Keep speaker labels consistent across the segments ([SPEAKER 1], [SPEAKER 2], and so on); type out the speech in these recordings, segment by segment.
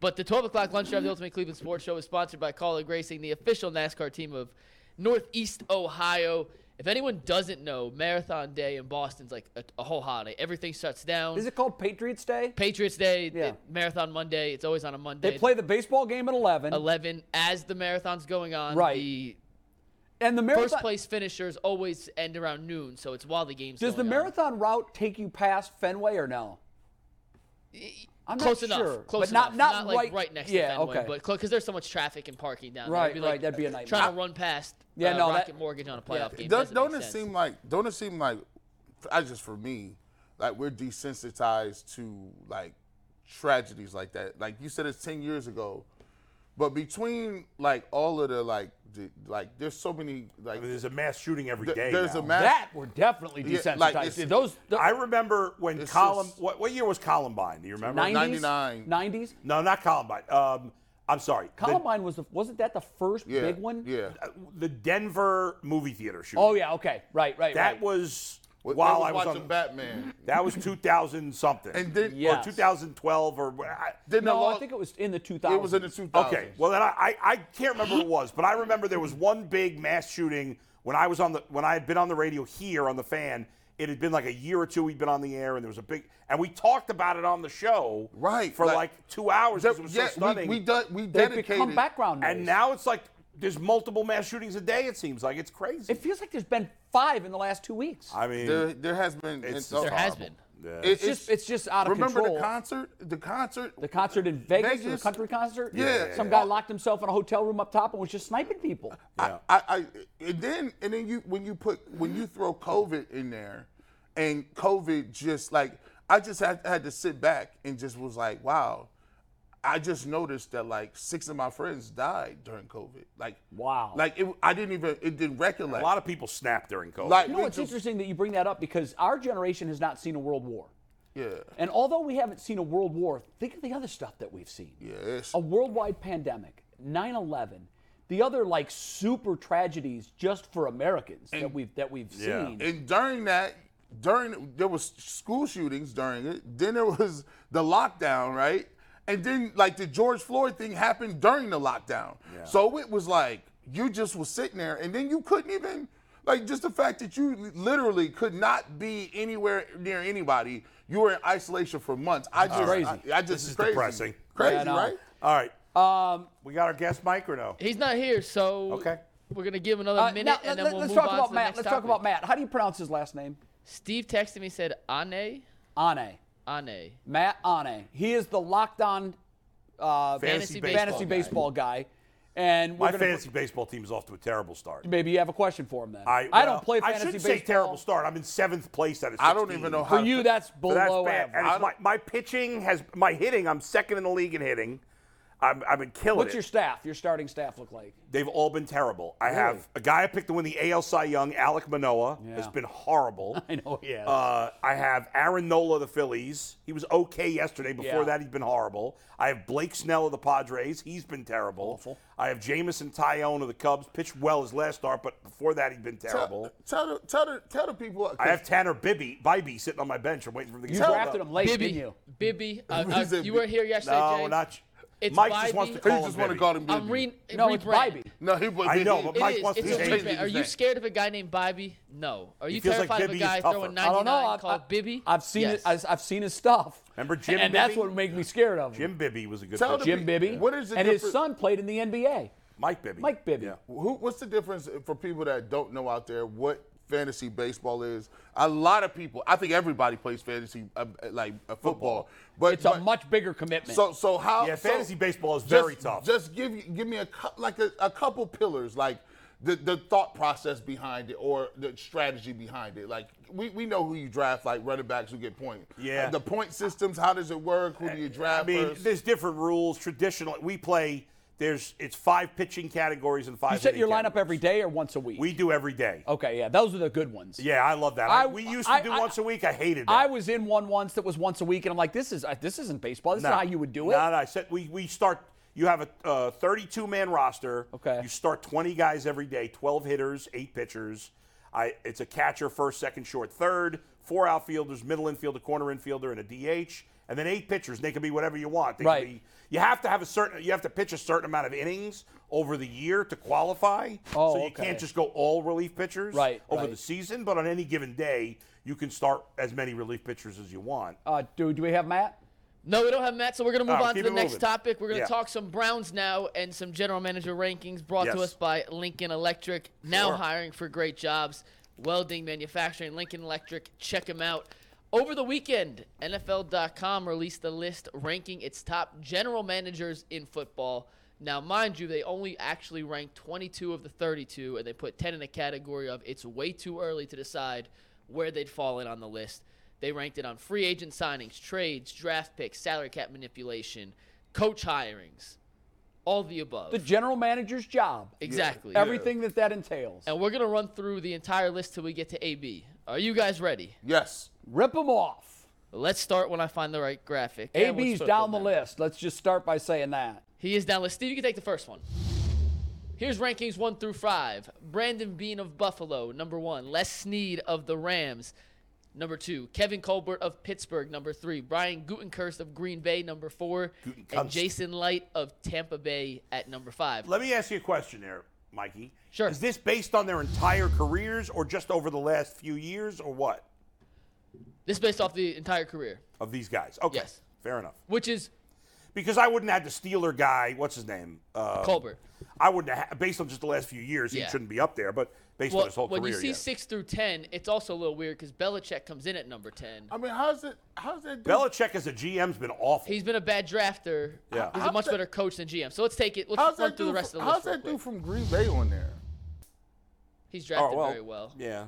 [SPEAKER 1] But the 12 o'clock lunch drive, the Ultimate Cleveland Sports Show, is sponsored by Call of Racing, the official NASCAR team of Northeast Ohio. If anyone doesn't know, Marathon Day in Boston's like a, a whole holiday. Everything shuts down.
[SPEAKER 2] Is it called Patriots Day?
[SPEAKER 1] Patriots Day,
[SPEAKER 2] Yeah.
[SPEAKER 1] it- Marathon Monday. It's always on a Monday.
[SPEAKER 2] They play the baseball game at 11,
[SPEAKER 1] 11 as the marathon's going on.
[SPEAKER 2] Right.
[SPEAKER 1] The
[SPEAKER 2] and the
[SPEAKER 1] first
[SPEAKER 2] marathon.
[SPEAKER 1] place finishers always end around noon, so it's while the game's
[SPEAKER 2] does the
[SPEAKER 1] going on.
[SPEAKER 2] marathon route take you past Fenway or no? I'm
[SPEAKER 1] close enough.
[SPEAKER 2] not sure,
[SPEAKER 1] Close
[SPEAKER 2] but
[SPEAKER 1] enough.
[SPEAKER 2] not not,
[SPEAKER 1] like right, next
[SPEAKER 2] yeah,
[SPEAKER 1] to Fenway,
[SPEAKER 2] okay.
[SPEAKER 1] but because there's so much traffic and parking down
[SPEAKER 2] Right,
[SPEAKER 1] there. It'd be
[SPEAKER 2] right,
[SPEAKER 1] like
[SPEAKER 2] that'd be a nightmare.
[SPEAKER 1] Trying to run past
[SPEAKER 2] Yeah,
[SPEAKER 1] uh,
[SPEAKER 2] no, that-
[SPEAKER 1] Rocket Mortgage on a playoff game.
[SPEAKER 3] Does,
[SPEAKER 1] Doesn't
[SPEAKER 3] don't
[SPEAKER 1] make
[SPEAKER 3] it
[SPEAKER 1] sense.
[SPEAKER 3] seem like don't it seem like I just for me like we're desensitized to like tragedies like that. Like you said, it's ten years ago, but between like all of the like the, like there's so many like
[SPEAKER 4] I mean, there's a mass shooting every
[SPEAKER 3] th-
[SPEAKER 4] day.
[SPEAKER 3] there's
[SPEAKER 4] now.
[SPEAKER 3] a mass.
[SPEAKER 2] that we're definitely
[SPEAKER 3] Yeah,
[SPEAKER 2] desensitized.
[SPEAKER 3] like, it's-
[SPEAKER 2] Those the
[SPEAKER 4] I remember when
[SPEAKER 3] It's
[SPEAKER 4] Colum.
[SPEAKER 3] just-
[SPEAKER 4] What, what year was Columbine? Do you remember?
[SPEAKER 2] 90s,
[SPEAKER 3] 99.
[SPEAKER 2] 90s.
[SPEAKER 4] No, not Columbine. Um, I'm sorry. The-
[SPEAKER 2] Columbine was the wasn't that the first
[SPEAKER 3] yeah,
[SPEAKER 2] big one?
[SPEAKER 3] Yeah.
[SPEAKER 4] The, Denver movie theater shooting.
[SPEAKER 2] Oh yeah. Okay. Right. Right.
[SPEAKER 4] That
[SPEAKER 2] right.
[SPEAKER 4] was
[SPEAKER 3] When they
[SPEAKER 4] while
[SPEAKER 3] was
[SPEAKER 4] I was
[SPEAKER 3] watching
[SPEAKER 4] on.
[SPEAKER 3] Batman,
[SPEAKER 4] That was 2000 something.
[SPEAKER 3] and then
[SPEAKER 2] Yeah.
[SPEAKER 4] Or 2012 or. I,
[SPEAKER 3] then the
[SPEAKER 2] No,
[SPEAKER 3] law-
[SPEAKER 2] I think it was in the 2000s.
[SPEAKER 3] uh, it was in the 2000s.
[SPEAKER 4] Okay, well then I, I, I can't remember what it was, but I remember there was one big mass shooting when I was on the when I had been on the radio here on the fan. It had been like a year or two we'd been on the air, and there was a big and we talked about it on the show
[SPEAKER 3] Right,
[SPEAKER 4] for like,
[SPEAKER 3] like-
[SPEAKER 4] two hours. 'cause
[SPEAKER 3] That-
[SPEAKER 4] it was
[SPEAKER 3] yeah,
[SPEAKER 4] so stunning.
[SPEAKER 3] we we, done- we
[SPEAKER 2] They've
[SPEAKER 3] dedicated.
[SPEAKER 2] become background noise.
[SPEAKER 4] and now it's like there's multiple mass shootings a day. It seems like it's crazy.
[SPEAKER 2] it feels like there's been five in the last two weeks.
[SPEAKER 4] I mean,
[SPEAKER 3] there, there has been.
[SPEAKER 4] It's-
[SPEAKER 3] oh,
[SPEAKER 4] There
[SPEAKER 1] There has
[SPEAKER 3] horrible.
[SPEAKER 1] been.
[SPEAKER 4] yeah.
[SPEAKER 3] It-
[SPEAKER 2] it's just it's just out of
[SPEAKER 3] remember
[SPEAKER 2] control.
[SPEAKER 3] the concert? The concert.
[SPEAKER 2] The concert in Vegas, or the
[SPEAKER 3] Vegas?
[SPEAKER 2] country concert.
[SPEAKER 3] Yeah.
[SPEAKER 2] Some guy locked himself in a hotel room up top and was just sniping people.
[SPEAKER 3] I, I, I and then and then you when you put when you throw COVID in there, and COVID just like I just had, had to sit back and just was like, wow, I just noticed that like six of my friends died during COVID. Like
[SPEAKER 2] Wow.
[SPEAKER 3] like it, I didn't even it didn't recollect.
[SPEAKER 4] a lot of people snapped during COVID.
[SPEAKER 3] like
[SPEAKER 2] You
[SPEAKER 3] we
[SPEAKER 2] know, it's
[SPEAKER 3] just-
[SPEAKER 2] interesting that you bring that up because our generation has not seen a world war.
[SPEAKER 3] Yeah,
[SPEAKER 2] And although we haven't seen a world war, think of the other stuff that we've seen.
[SPEAKER 3] yeah, it's,
[SPEAKER 2] a worldwide pandemic, 9 11, the other like super tragedies just for Americans that we've that we've
[SPEAKER 4] Yeah.
[SPEAKER 2] seen.
[SPEAKER 3] and during that during there was school shootings during it. Then there was the lockdown, right? And then like the George Floyd thing happened during the lockdown. So it was like you just was sitting there and then you couldn't even like just the fact that you literally could not be anywhere near anybody. You were in isolation for months. I just
[SPEAKER 2] crazy.
[SPEAKER 3] I, I just
[SPEAKER 4] This is
[SPEAKER 3] crazy.
[SPEAKER 4] depressing.
[SPEAKER 3] Crazy,
[SPEAKER 2] Yeah, I know.
[SPEAKER 3] right?
[SPEAKER 4] all right,
[SPEAKER 2] Um,
[SPEAKER 4] we got our guest Mike or no?
[SPEAKER 1] He's not here, so
[SPEAKER 4] Okay.
[SPEAKER 1] we're gonna give another
[SPEAKER 2] Uh,
[SPEAKER 1] minute
[SPEAKER 2] now,
[SPEAKER 1] and then
[SPEAKER 2] let,
[SPEAKER 1] we'll
[SPEAKER 2] us
[SPEAKER 1] move
[SPEAKER 2] talk
[SPEAKER 1] on
[SPEAKER 2] about
[SPEAKER 1] to the
[SPEAKER 2] Matt.
[SPEAKER 1] next
[SPEAKER 2] Let's talk
[SPEAKER 1] topic.
[SPEAKER 2] about Matt. How do you pronounce his last name?
[SPEAKER 1] Steve texted me said Ane
[SPEAKER 2] Ane.
[SPEAKER 1] Ane.
[SPEAKER 2] Matt Ane. He is the locked on uh,
[SPEAKER 4] Fantasy
[SPEAKER 1] baseball guy.
[SPEAKER 2] fantasy baseball guy. And we're
[SPEAKER 4] My
[SPEAKER 2] gonna put-
[SPEAKER 4] fantasy baseball team is off to a terrible start.
[SPEAKER 2] maybe you have a question for him then.
[SPEAKER 4] I, well,
[SPEAKER 2] don't play fantasy
[SPEAKER 4] I shouldn't
[SPEAKER 2] baseball.
[SPEAKER 4] say terrible start. I'm in seventh place out of 16.
[SPEAKER 3] I don't even know how
[SPEAKER 2] For you, that's
[SPEAKER 4] So
[SPEAKER 2] below
[SPEAKER 4] that's bad. And
[SPEAKER 2] average.
[SPEAKER 4] it's my, my pitching has my hitting. I'm second in the league in hitting. I'm, I've been killing
[SPEAKER 2] What's
[SPEAKER 4] it.
[SPEAKER 2] your staff, your starting staff look like?
[SPEAKER 4] They've all been terrible. I have a guy I picked to win the AL Cy Young, Alec Manoa, has
[SPEAKER 2] Yeah.
[SPEAKER 4] been horrible.
[SPEAKER 2] I know he has.
[SPEAKER 4] Uh, I have Aaron Nola of the Phillies. He was okay yesterday. Before
[SPEAKER 2] Yeah.
[SPEAKER 4] that, he's been horrible. I have Blake Snell of the Padres. He's been terrible.
[SPEAKER 2] Awful.
[SPEAKER 4] I have Jamison Tyone of the Cubs. Pitched well his last start, but before that, he'd been terrible.
[SPEAKER 3] Tell, tell the tell the tell the people
[SPEAKER 4] I have Tanner Bibby, Bibby sitting on my bench. I'm waiting for him to get
[SPEAKER 2] You
[SPEAKER 4] called
[SPEAKER 2] drafted
[SPEAKER 4] up.
[SPEAKER 2] him late, didn't
[SPEAKER 1] Bibby,
[SPEAKER 2] you?
[SPEAKER 1] Bibby, uh, uh,
[SPEAKER 3] Is it
[SPEAKER 1] you
[SPEAKER 3] Bi-
[SPEAKER 1] were here yesterday.
[SPEAKER 4] No,
[SPEAKER 1] James.
[SPEAKER 4] not.
[SPEAKER 1] It's
[SPEAKER 4] Mike just wants to
[SPEAKER 1] Bibby.
[SPEAKER 4] call
[SPEAKER 3] He
[SPEAKER 4] him.
[SPEAKER 3] just want to
[SPEAKER 4] Bibby.
[SPEAKER 3] call him.
[SPEAKER 1] I'm
[SPEAKER 3] Bibby.
[SPEAKER 1] re-
[SPEAKER 2] No, it's
[SPEAKER 1] rebrand.
[SPEAKER 2] Bibby.
[SPEAKER 3] No, he. but
[SPEAKER 4] I know,
[SPEAKER 3] he-
[SPEAKER 4] but
[SPEAKER 1] It
[SPEAKER 4] Mike
[SPEAKER 1] is.
[SPEAKER 4] wants
[SPEAKER 1] It's
[SPEAKER 4] to
[SPEAKER 1] a
[SPEAKER 4] change
[SPEAKER 1] rebrand.
[SPEAKER 3] his
[SPEAKER 1] Are you
[SPEAKER 3] name.
[SPEAKER 1] scared of a guy named Bobby? No. Are you
[SPEAKER 4] feels like
[SPEAKER 1] terrified of a
[SPEAKER 4] Bibby is
[SPEAKER 1] guy
[SPEAKER 4] tougher.
[SPEAKER 1] throwing
[SPEAKER 4] I
[SPEAKER 2] I
[SPEAKER 1] 99
[SPEAKER 2] don't know. I've,
[SPEAKER 1] called Bibby?
[SPEAKER 2] I've seen
[SPEAKER 1] Yes.
[SPEAKER 2] it. I've, I've seen his stuff.
[SPEAKER 4] Remember Jim
[SPEAKER 2] And that's
[SPEAKER 4] Bibby?
[SPEAKER 2] what made me scared of him.
[SPEAKER 4] Jim Bibby was a good
[SPEAKER 3] Tell
[SPEAKER 4] pitcher.
[SPEAKER 3] the
[SPEAKER 2] Jim Bibby.
[SPEAKER 3] What is the
[SPEAKER 2] and his
[SPEAKER 3] difference-
[SPEAKER 2] son played in the NBA.
[SPEAKER 4] Mike Bibby.
[SPEAKER 2] Mike Bibby.
[SPEAKER 4] Yeah.
[SPEAKER 3] Who, what's the difference for people that don't know out there what fantasy baseball is? A lot of people, I think everybody plays fantasy uh, uh, like uh, football, but
[SPEAKER 2] It's a
[SPEAKER 3] but-
[SPEAKER 2] much bigger commitment.
[SPEAKER 3] so so how?
[SPEAKER 4] Yeah,
[SPEAKER 3] so
[SPEAKER 4] fantasy baseball is
[SPEAKER 3] just-
[SPEAKER 4] very tough.
[SPEAKER 3] Just give you- give me a cou- like a, a couple pillars like. The, the thought process behind it or the strategy behind it. Like, we, we know who you draft, like running backs who get points.
[SPEAKER 4] Yeah.
[SPEAKER 3] The point systems, how does it work? Who do you
[SPEAKER 4] I
[SPEAKER 3] draft
[SPEAKER 4] mean,
[SPEAKER 3] first?
[SPEAKER 4] there's different rules. Traditional, we play. There's it's five pitching categories and five.
[SPEAKER 2] you set
[SPEAKER 4] hitting
[SPEAKER 2] your lineup
[SPEAKER 4] categories.
[SPEAKER 2] every day or once a week?
[SPEAKER 4] We do every day.
[SPEAKER 2] okay, yeah, those are the good ones.
[SPEAKER 4] Yeah, I love that.
[SPEAKER 2] I-
[SPEAKER 4] I, we used to
[SPEAKER 2] I-
[SPEAKER 4] do
[SPEAKER 2] I-
[SPEAKER 4] once a week. I hated that.
[SPEAKER 2] I was in one once that was once a week, and I'm like, this is uh, this isn't baseball. This
[SPEAKER 4] No.
[SPEAKER 2] is how you would do it.
[SPEAKER 4] No, no. I said we we start. You have a uh, 32 man roster.
[SPEAKER 2] Okay.
[SPEAKER 4] You start 20 guys every day. 12 hitters, eight pitchers. I it's a catcher, first, second, short, third, four outfielders, middle infielder, corner infielder, and a DH. and then eight pitchers, and they can be whatever you want. They
[SPEAKER 2] Right.
[SPEAKER 4] Can be, you have to have a certain. You have to pitch a certain amount of innings over the year to qualify.
[SPEAKER 2] Oh,
[SPEAKER 4] so you
[SPEAKER 2] okay.
[SPEAKER 4] can't just go all relief pitchers
[SPEAKER 2] Right,
[SPEAKER 4] over
[SPEAKER 2] right.
[SPEAKER 4] the season. But on any given day, you can start as many relief pitchers as you want.
[SPEAKER 2] Uh, do, do we have Matt?
[SPEAKER 1] No, we don't have Matt, so we're going to move
[SPEAKER 4] Oh,
[SPEAKER 1] on to
[SPEAKER 4] keep
[SPEAKER 1] the
[SPEAKER 4] it
[SPEAKER 1] next
[SPEAKER 4] moving.
[SPEAKER 1] topic. We're going to
[SPEAKER 4] Yeah.
[SPEAKER 1] talk some Browns now and some general manager rankings brought to
[SPEAKER 4] Yes.
[SPEAKER 1] us by Lincoln Electric. Now
[SPEAKER 4] Sure.
[SPEAKER 1] hiring for great jobs, welding, manufacturing, Lincoln Electric. Check them out. Over the weekend, NFL.com released a list ranking its top general managers in football. Now, mind you, they only actually ranked 22 of the 32, and they put 10 in the category of it's way too early to decide where they'd fallen on the list. They ranked it on free agent signings, trades, draft picks, salary cap manipulation, coach hirings, all the above.
[SPEAKER 2] The general manager's job.
[SPEAKER 1] exactly.
[SPEAKER 2] Everything that that entails.
[SPEAKER 1] And we're going to run through the entire list till we get to AB. Are you guys ready?
[SPEAKER 3] Yes.
[SPEAKER 2] Rip them off.
[SPEAKER 1] Let's start when I find the right graphic. Yeah, let's
[SPEAKER 2] AB's
[SPEAKER 1] put it
[SPEAKER 2] down
[SPEAKER 1] on
[SPEAKER 2] the
[SPEAKER 1] there.
[SPEAKER 2] list. Let's just start by saying that.
[SPEAKER 1] He is down the list. Steve, you can take the first one. Here's rankings one through five. Brandon Bean of Buffalo, number one. Les Snead of the Rams, number two. Kevin Colbert of Pittsburgh, number three. Brian Gutenkunst of Green Bay, number four. And
[SPEAKER 4] Gutekunst.
[SPEAKER 1] Jason Light of Tampa Bay at number five.
[SPEAKER 4] Let me ask you a question there, Mikey.
[SPEAKER 1] Sure.
[SPEAKER 4] Is this based on their entire careers or just over the last few years or what
[SPEAKER 1] This is based off the entire career,
[SPEAKER 4] of these guys? Okay.
[SPEAKER 1] Yes.
[SPEAKER 4] Fair enough.
[SPEAKER 1] which is
[SPEAKER 4] Because I wouldn't have the Steeler guy, what's his name?
[SPEAKER 2] Oh.
[SPEAKER 4] Uh,
[SPEAKER 1] Colbert.
[SPEAKER 4] I wouldn't have, based on just the last few years,
[SPEAKER 1] Yeah.
[SPEAKER 4] he shouldn't be up there, but based on
[SPEAKER 1] Well,
[SPEAKER 4] his whole
[SPEAKER 1] when
[SPEAKER 4] career.
[SPEAKER 1] you see
[SPEAKER 4] yeah.
[SPEAKER 1] six through ten, it's also a little weird because Belichick comes in at number ten.
[SPEAKER 3] I mean, how's it? How's that? dude-
[SPEAKER 4] Belichick as a GM's been awful.
[SPEAKER 1] He's been a bad drafter.
[SPEAKER 4] Yeah.
[SPEAKER 1] He's a
[SPEAKER 3] How's
[SPEAKER 1] much
[SPEAKER 3] that-
[SPEAKER 1] better coach than GM. So let's take it. Let's
[SPEAKER 3] How's
[SPEAKER 1] run
[SPEAKER 3] that
[SPEAKER 1] through the
[SPEAKER 3] dude?
[SPEAKER 1] rest
[SPEAKER 3] from-
[SPEAKER 1] of the list.
[SPEAKER 3] how's that
[SPEAKER 1] real
[SPEAKER 3] dude
[SPEAKER 1] quick.
[SPEAKER 3] from Green Bay on there?
[SPEAKER 1] He's
[SPEAKER 4] Oh,
[SPEAKER 1] drafted very well.
[SPEAKER 4] Yeah.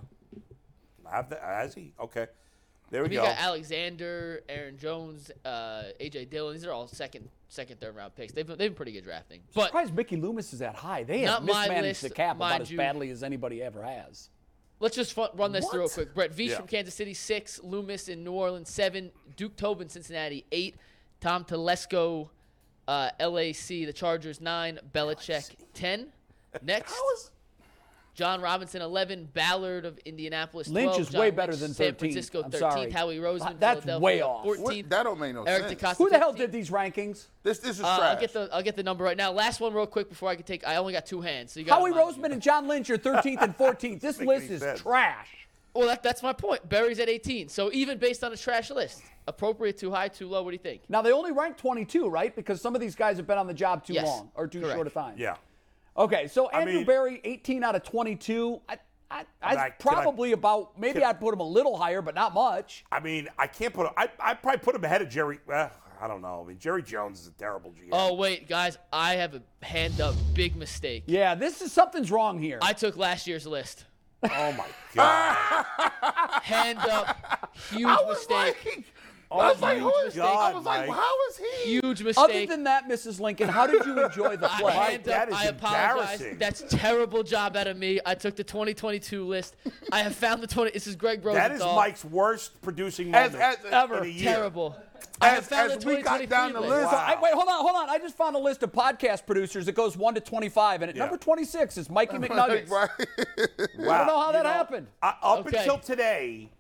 [SPEAKER 4] Have the, has he? Okay. There we
[SPEAKER 1] We
[SPEAKER 4] go.
[SPEAKER 1] got Alexander, Aaron Jones, uh, AJ Dillon. These are all second, second, third round picks. They've been, they've been pretty good drafting. But
[SPEAKER 2] Surprised Mickey Loomis is that high. They
[SPEAKER 1] Not
[SPEAKER 2] have
[SPEAKER 1] my
[SPEAKER 2] mismanaged
[SPEAKER 1] list,
[SPEAKER 2] the cap
[SPEAKER 1] mind
[SPEAKER 2] about as
[SPEAKER 1] you.
[SPEAKER 2] badly as anybody ever has.
[SPEAKER 1] let's just fu- run this through real
[SPEAKER 2] What?
[SPEAKER 1] quick. Brett Veach
[SPEAKER 4] Yeah.
[SPEAKER 1] from Kansas City six, Loomis in New Orleans seven, Duke Tobin Cincinnati eight, Tom Telesco, uh, LAC the Chargers nine, Belichick ten. Next, John Robinson eleven, Ballard of Indianapolis.
[SPEAKER 2] Lynch
[SPEAKER 1] 12,
[SPEAKER 2] is
[SPEAKER 1] John
[SPEAKER 2] way better
[SPEAKER 1] Lynch,
[SPEAKER 2] than
[SPEAKER 1] San
[SPEAKER 2] 13th.
[SPEAKER 1] Francisco
[SPEAKER 2] I'm
[SPEAKER 1] thirteenth,
[SPEAKER 2] sorry.
[SPEAKER 1] Howie Roseman.
[SPEAKER 2] That's
[SPEAKER 1] Philadelphia,
[SPEAKER 2] way off. What-
[SPEAKER 3] What?
[SPEAKER 1] 14th.
[SPEAKER 3] That don't make no
[SPEAKER 1] Eric
[SPEAKER 3] sense.
[SPEAKER 1] DeCosta.
[SPEAKER 2] Who the hell
[SPEAKER 1] 15th.
[SPEAKER 2] did these rankings?
[SPEAKER 3] This this is
[SPEAKER 1] Uh,
[SPEAKER 3] trash.
[SPEAKER 1] I'll get the I'll get the number right now. Last one real quick before I can take. I only got two hands, so you got.
[SPEAKER 2] Howie Roseman and John Lynch are 13th and 14th. This
[SPEAKER 4] Doesn't make
[SPEAKER 2] list
[SPEAKER 4] any
[SPEAKER 2] is
[SPEAKER 4] sense.
[SPEAKER 2] trash.
[SPEAKER 1] Well, that, that's my point. Barry's at 18, so even based on a trash list, appropriate, too high, too low. What do you think?
[SPEAKER 2] Now they only rank 22, right? Because some of these guys have been on the job too
[SPEAKER 1] Yes,
[SPEAKER 2] long or too
[SPEAKER 1] correct.
[SPEAKER 2] short a time.
[SPEAKER 4] yeah.
[SPEAKER 2] Okay, so Andrew
[SPEAKER 4] mean-
[SPEAKER 2] Berry, 18 out of 22. I, I, I,
[SPEAKER 4] I- can I-
[SPEAKER 2] probably about maybe I'd put him a little higher, but not much.
[SPEAKER 4] I mean, I can't put. I I probably put him ahead of Jerry. Uh, I don't know. I mean, Jerry Jones is a terrible GM.
[SPEAKER 1] Oh wait, guys, I have a hand up. Big mistake.
[SPEAKER 2] Yeah, this is something's wrong here.
[SPEAKER 1] I took last year's list.
[SPEAKER 4] Oh my god.
[SPEAKER 1] Hand up. Huge
[SPEAKER 3] I was
[SPEAKER 1] mistake.
[SPEAKER 3] like, I was like, who is? I
[SPEAKER 4] Oh God,
[SPEAKER 3] was like,
[SPEAKER 4] Mike.
[SPEAKER 3] how is he?
[SPEAKER 1] huge
[SPEAKER 2] Other
[SPEAKER 1] mistake.
[SPEAKER 2] than that, Mrs. Lincoln, how did you enjoy the
[SPEAKER 1] I,
[SPEAKER 2] play?
[SPEAKER 1] hand
[SPEAKER 4] that
[SPEAKER 1] up,
[SPEAKER 4] is
[SPEAKER 1] I apologize.
[SPEAKER 4] embarrassing.
[SPEAKER 1] That's terrible job out of me. I took the 2022 list. I have found the 20. This is Greg Rosenthal.
[SPEAKER 4] that is Mike's worst producing
[SPEAKER 3] As-
[SPEAKER 4] moment
[SPEAKER 3] as-
[SPEAKER 4] ever.
[SPEAKER 3] Ever.
[SPEAKER 4] In a year.
[SPEAKER 1] terrible. I have
[SPEAKER 3] As-
[SPEAKER 1] found
[SPEAKER 3] as
[SPEAKER 1] the
[SPEAKER 3] we got
[SPEAKER 1] 2023
[SPEAKER 3] down the list,
[SPEAKER 2] So I- wait, hold on, hold on. I just found a list of podcast producers that goes 1 to 25, and at
[SPEAKER 4] Yeah.
[SPEAKER 2] number 26 is Mikey McNuggets.
[SPEAKER 3] Right.
[SPEAKER 4] Wow.
[SPEAKER 2] I don't know how
[SPEAKER 4] You
[SPEAKER 2] that happened.
[SPEAKER 4] I, up
[SPEAKER 1] Okay.
[SPEAKER 4] until today,